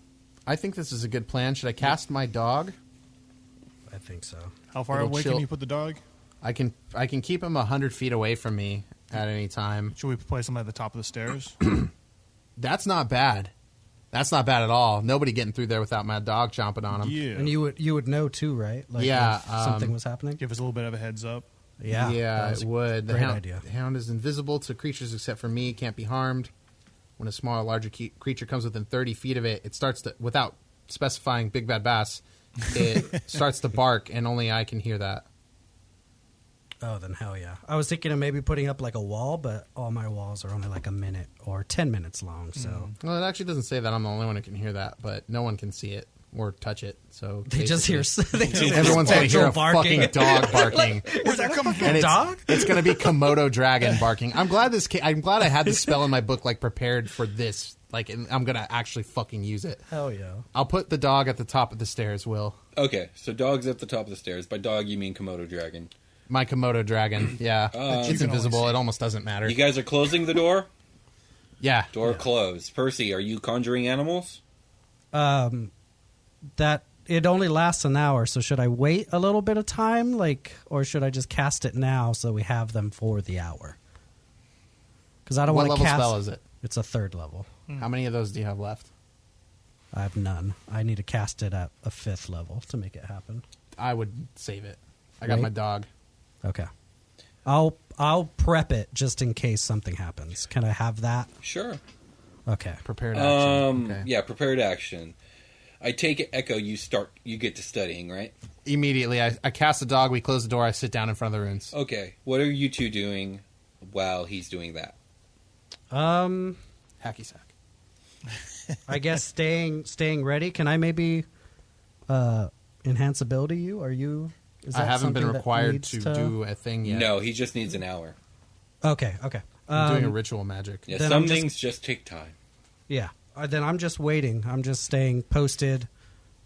D: I think this is a good plan. Should I cast my dog?
C: I think so.
B: How far
D: It'll
B: away
D: chill.
B: can you put the dog?
D: I can I can keep him hundred feet away from me at any time.
B: Should we place him at the top of the stairs?
D: That's not bad. That's not bad at all. Nobody getting through there without my dog chomping on him.
B: yeah.
C: And you would you would know too, right? Like
D: Yeah,
C: if something
D: um,
C: was happening.
B: Give us a little bit of a heads up.
C: Yeah, that
D: yeah,
C: was
D: it
C: a
D: would. The
C: Great
D: hound,
C: idea.
D: the hound is invisible to creatures except for me. Can't be harmed. When a small, or larger ke- creature comes within thirty feet of it, it starts to, without specifying big bad bass, it starts to bark, and only I can hear that.
C: Oh, then hell yeah! I was thinking of maybe putting up like a wall, but all my walls are only like a minute or ten minutes long. So
D: Well, it actually doesn't say that I'm the only one who can hear that, but no one can see it or touch it. So
C: they just
D: basically-
C: hear they just hear
D: Everyone's gonna hear
C: Virgil
D: a
C: barking.
D: fucking dog barking.
B: Where's that coming from?
D: and it's,
C: dog?
D: it's going to be Komodo dragon barking. I'm glad this. Ca- I'm glad I had this spell in my book, like prepared for this. Like, and I'm gonna actually fucking use it.
C: Hell yeah!
D: I'll put the dog at the top of the stairs. Will
A: Okay, so dog's at the top of the stairs. By dog, you mean Komodo dragon.
D: my Komodo dragon?
A: Uh,
D: Yeah,
B: you
D: it's
B: can
D: invisible.
B: always
D: It almost doesn't matter.
A: You guys are closing the door.
D: yeah,
A: Door closed. Percy, are you conjuring animals?
C: Um, that it only lasts an hour. So should I wait a little bit of time, like, or should I just cast it now so we have them for the hour? Because I don't
D: What
C: want to
D: level
C: cast. Hmm.
D: spell is it?
C: It's a third level.
D: how many of those do you have left?
C: I have none. I need to cast it at a fifth level to make it happen.
D: I would save it. I got
C: Wait.
D: my dog.
C: Okay. I'll I'll prep it just in case something happens. Can I have that?
A: Sure.
C: Okay.
D: Prepared action.
A: Um,
D: Okay.
A: yeah, prepared action. I take it, Echo. You start. You get to studying, right?
D: Immediately, I, I cast the dog. We close the door. I sit down in front of the runes.
A: Okay. What are you two doing while he's doing that?
C: Um
D: Hacky sack.
C: I guess staying staying ready. Can I maybe uh enhance ability you? Are you is
D: I
C: that
D: haven't been
C: something that
D: required
C: needs
D: to, do a thing yet.
A: No, he just needs an hour.
C: Okay, okay.
D: I'm doing a
C: Um,
D: ritual magic.
A: Yeah,
C: Then
A: some
C: I'm just-
A: things just take time.
C: Yeah. Uh, then I'm just waiting. I'm just staying posted.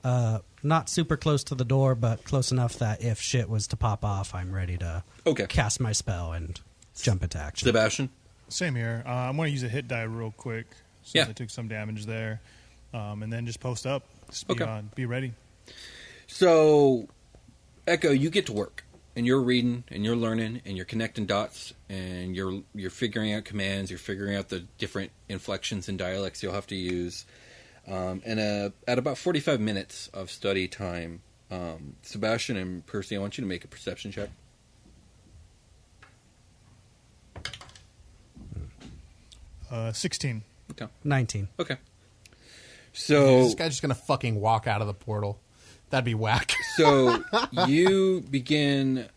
C: Uh, not super close to the door, but close enough that if shit was to pop off, I'm ready to
A: Okay.
C: cast my spell and jump into action.
A: Sebastian.
B: Same here. Uh, I'm going to use a hit die real quick since
A: Yeah.
B: I took some damage there, um, and then just post up. Just be
A: Okay.
B: on. Be ready.
A: So, Echo, you get to work, and you're reading, and you're learning, and you're connecting dots, and you're you're figuring out commands, you're figuring out the different inflections and dialects you'll have to use. Um, and uh, at about 45 minutes of study time, um, Sebastian and Percy, I want you to make a perception check.
B: Uh, 16.
A: Okay.
C: 19.
A: Okay.
D: Is
A: So
D: this guy just gonna fucking walk out of the portal? That'd be whack.
A: so you begin.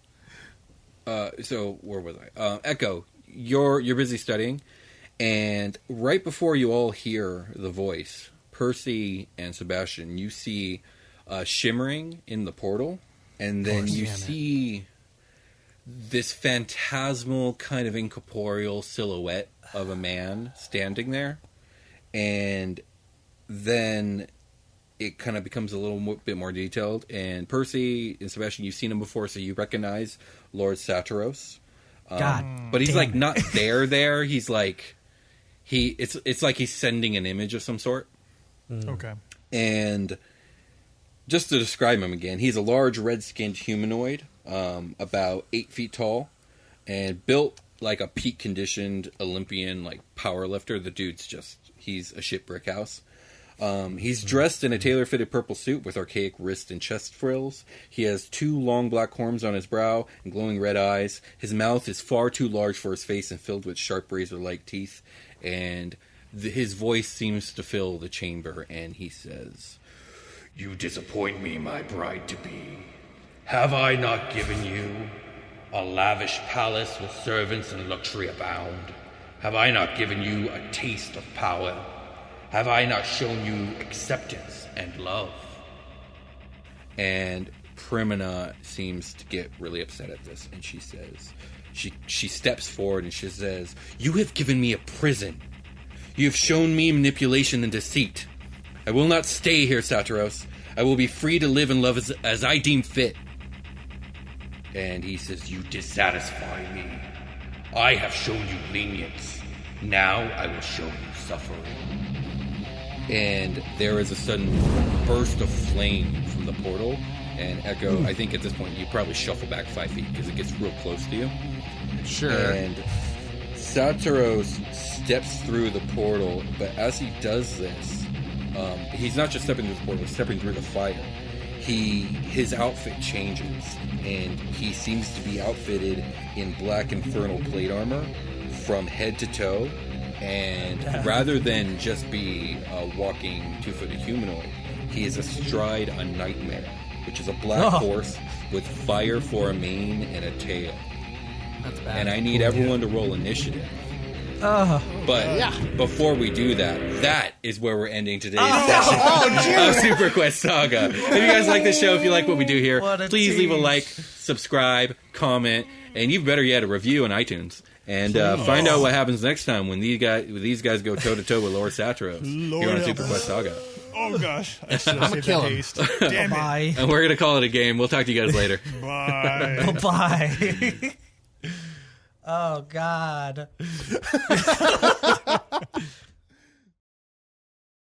A: Uh, so where was I? Uh, Echo, you're you're busy studying, and right before you all hear the voice, Percy and Sebastian, you see uh, shimmering in the portal, and then you
D: damn it.
A: see this phantasmal kind of incorporeal silhouette of a man standing there, and then it kind of becomes a little mo bit more detailed. And Percy and Sebastian, you've seen him before, so you recognize Lord Satiros.
C: God.
A: But he's
C: damn
A: like
C: it.
A: not there. There, he's like he. It's it's like he's sending an image of some sort.
B: Okay.
A: And just to describe him again, he's a large red skinned humanoid, um, about eight feet tall, and built like a peak conditioned Olympian like power lifter. The dude's just he's a shit brick house. Um, he's dressed in a tailor fitted purple suit with archaic wrist and chest frills. He has two long black horns on his brow and glowing red eyes. His mouth is far too large for his face and filled with sharp razor like teeth. And th- his voice seems to fill the chamber. And he says,
E: You disappoint me, my bride to be. Have I not given you a lavish palace with servants and luxury abound? Have I not given you a taste of power? Have I not shown you acceptance and love?
A: and Primina seems to get really upset at this, and she says, she she steps forward and she says, "You have given me a prison. You have shown me manipulation and deceit. I will not stay here, Satiros. I will be free to live and love as, as I deem fit." And he says, "You
E: You dissatisfy me. I have shown you lenience. Now I will show you suffering.
A: and there is a sudden burst of flame from the portal. And Echo, I think at this point you probably shuffle back five feet because it gets real close to you.
D: Sure.
A: And Satiros steps through the portal, but as he does this, um, he's not just stepping through the portal, he's stepping through the fire. He his outfit changes, and he seems to be outfitted in black infernal plate armor from head to toe. And rather than just be a walking two-footed humanoid, he is astride a nightmare, which is a black
C: Oh.
A: horse with fire for a mane and a tail
D: That's bad.
A: and I
C: Oh,
A: need everyone to roll initiative.
C: Ah.
A: but before we do that, that is where we're ending today's session of Super Quest Saga. If you guys like this show, if you like what we do here,
C: What a
A: please leave a
C: tease.
A: like, subscribe, comment, and even better yet, a review on iTunes. And uh, find out what happens next time when these guys when these guys go toe to toe with Lord Satros here
B: Lord
A: on Super
B: help
A: Quest Saga.
B: Oh, gosh. I should have saved
D: kill
B: that
D: him.
B: haste. Damn it.
C: Bye.
A: And we're gonna call it a game. We'll talk to you guys later.
B: Bye.
C: Bye. oh, God.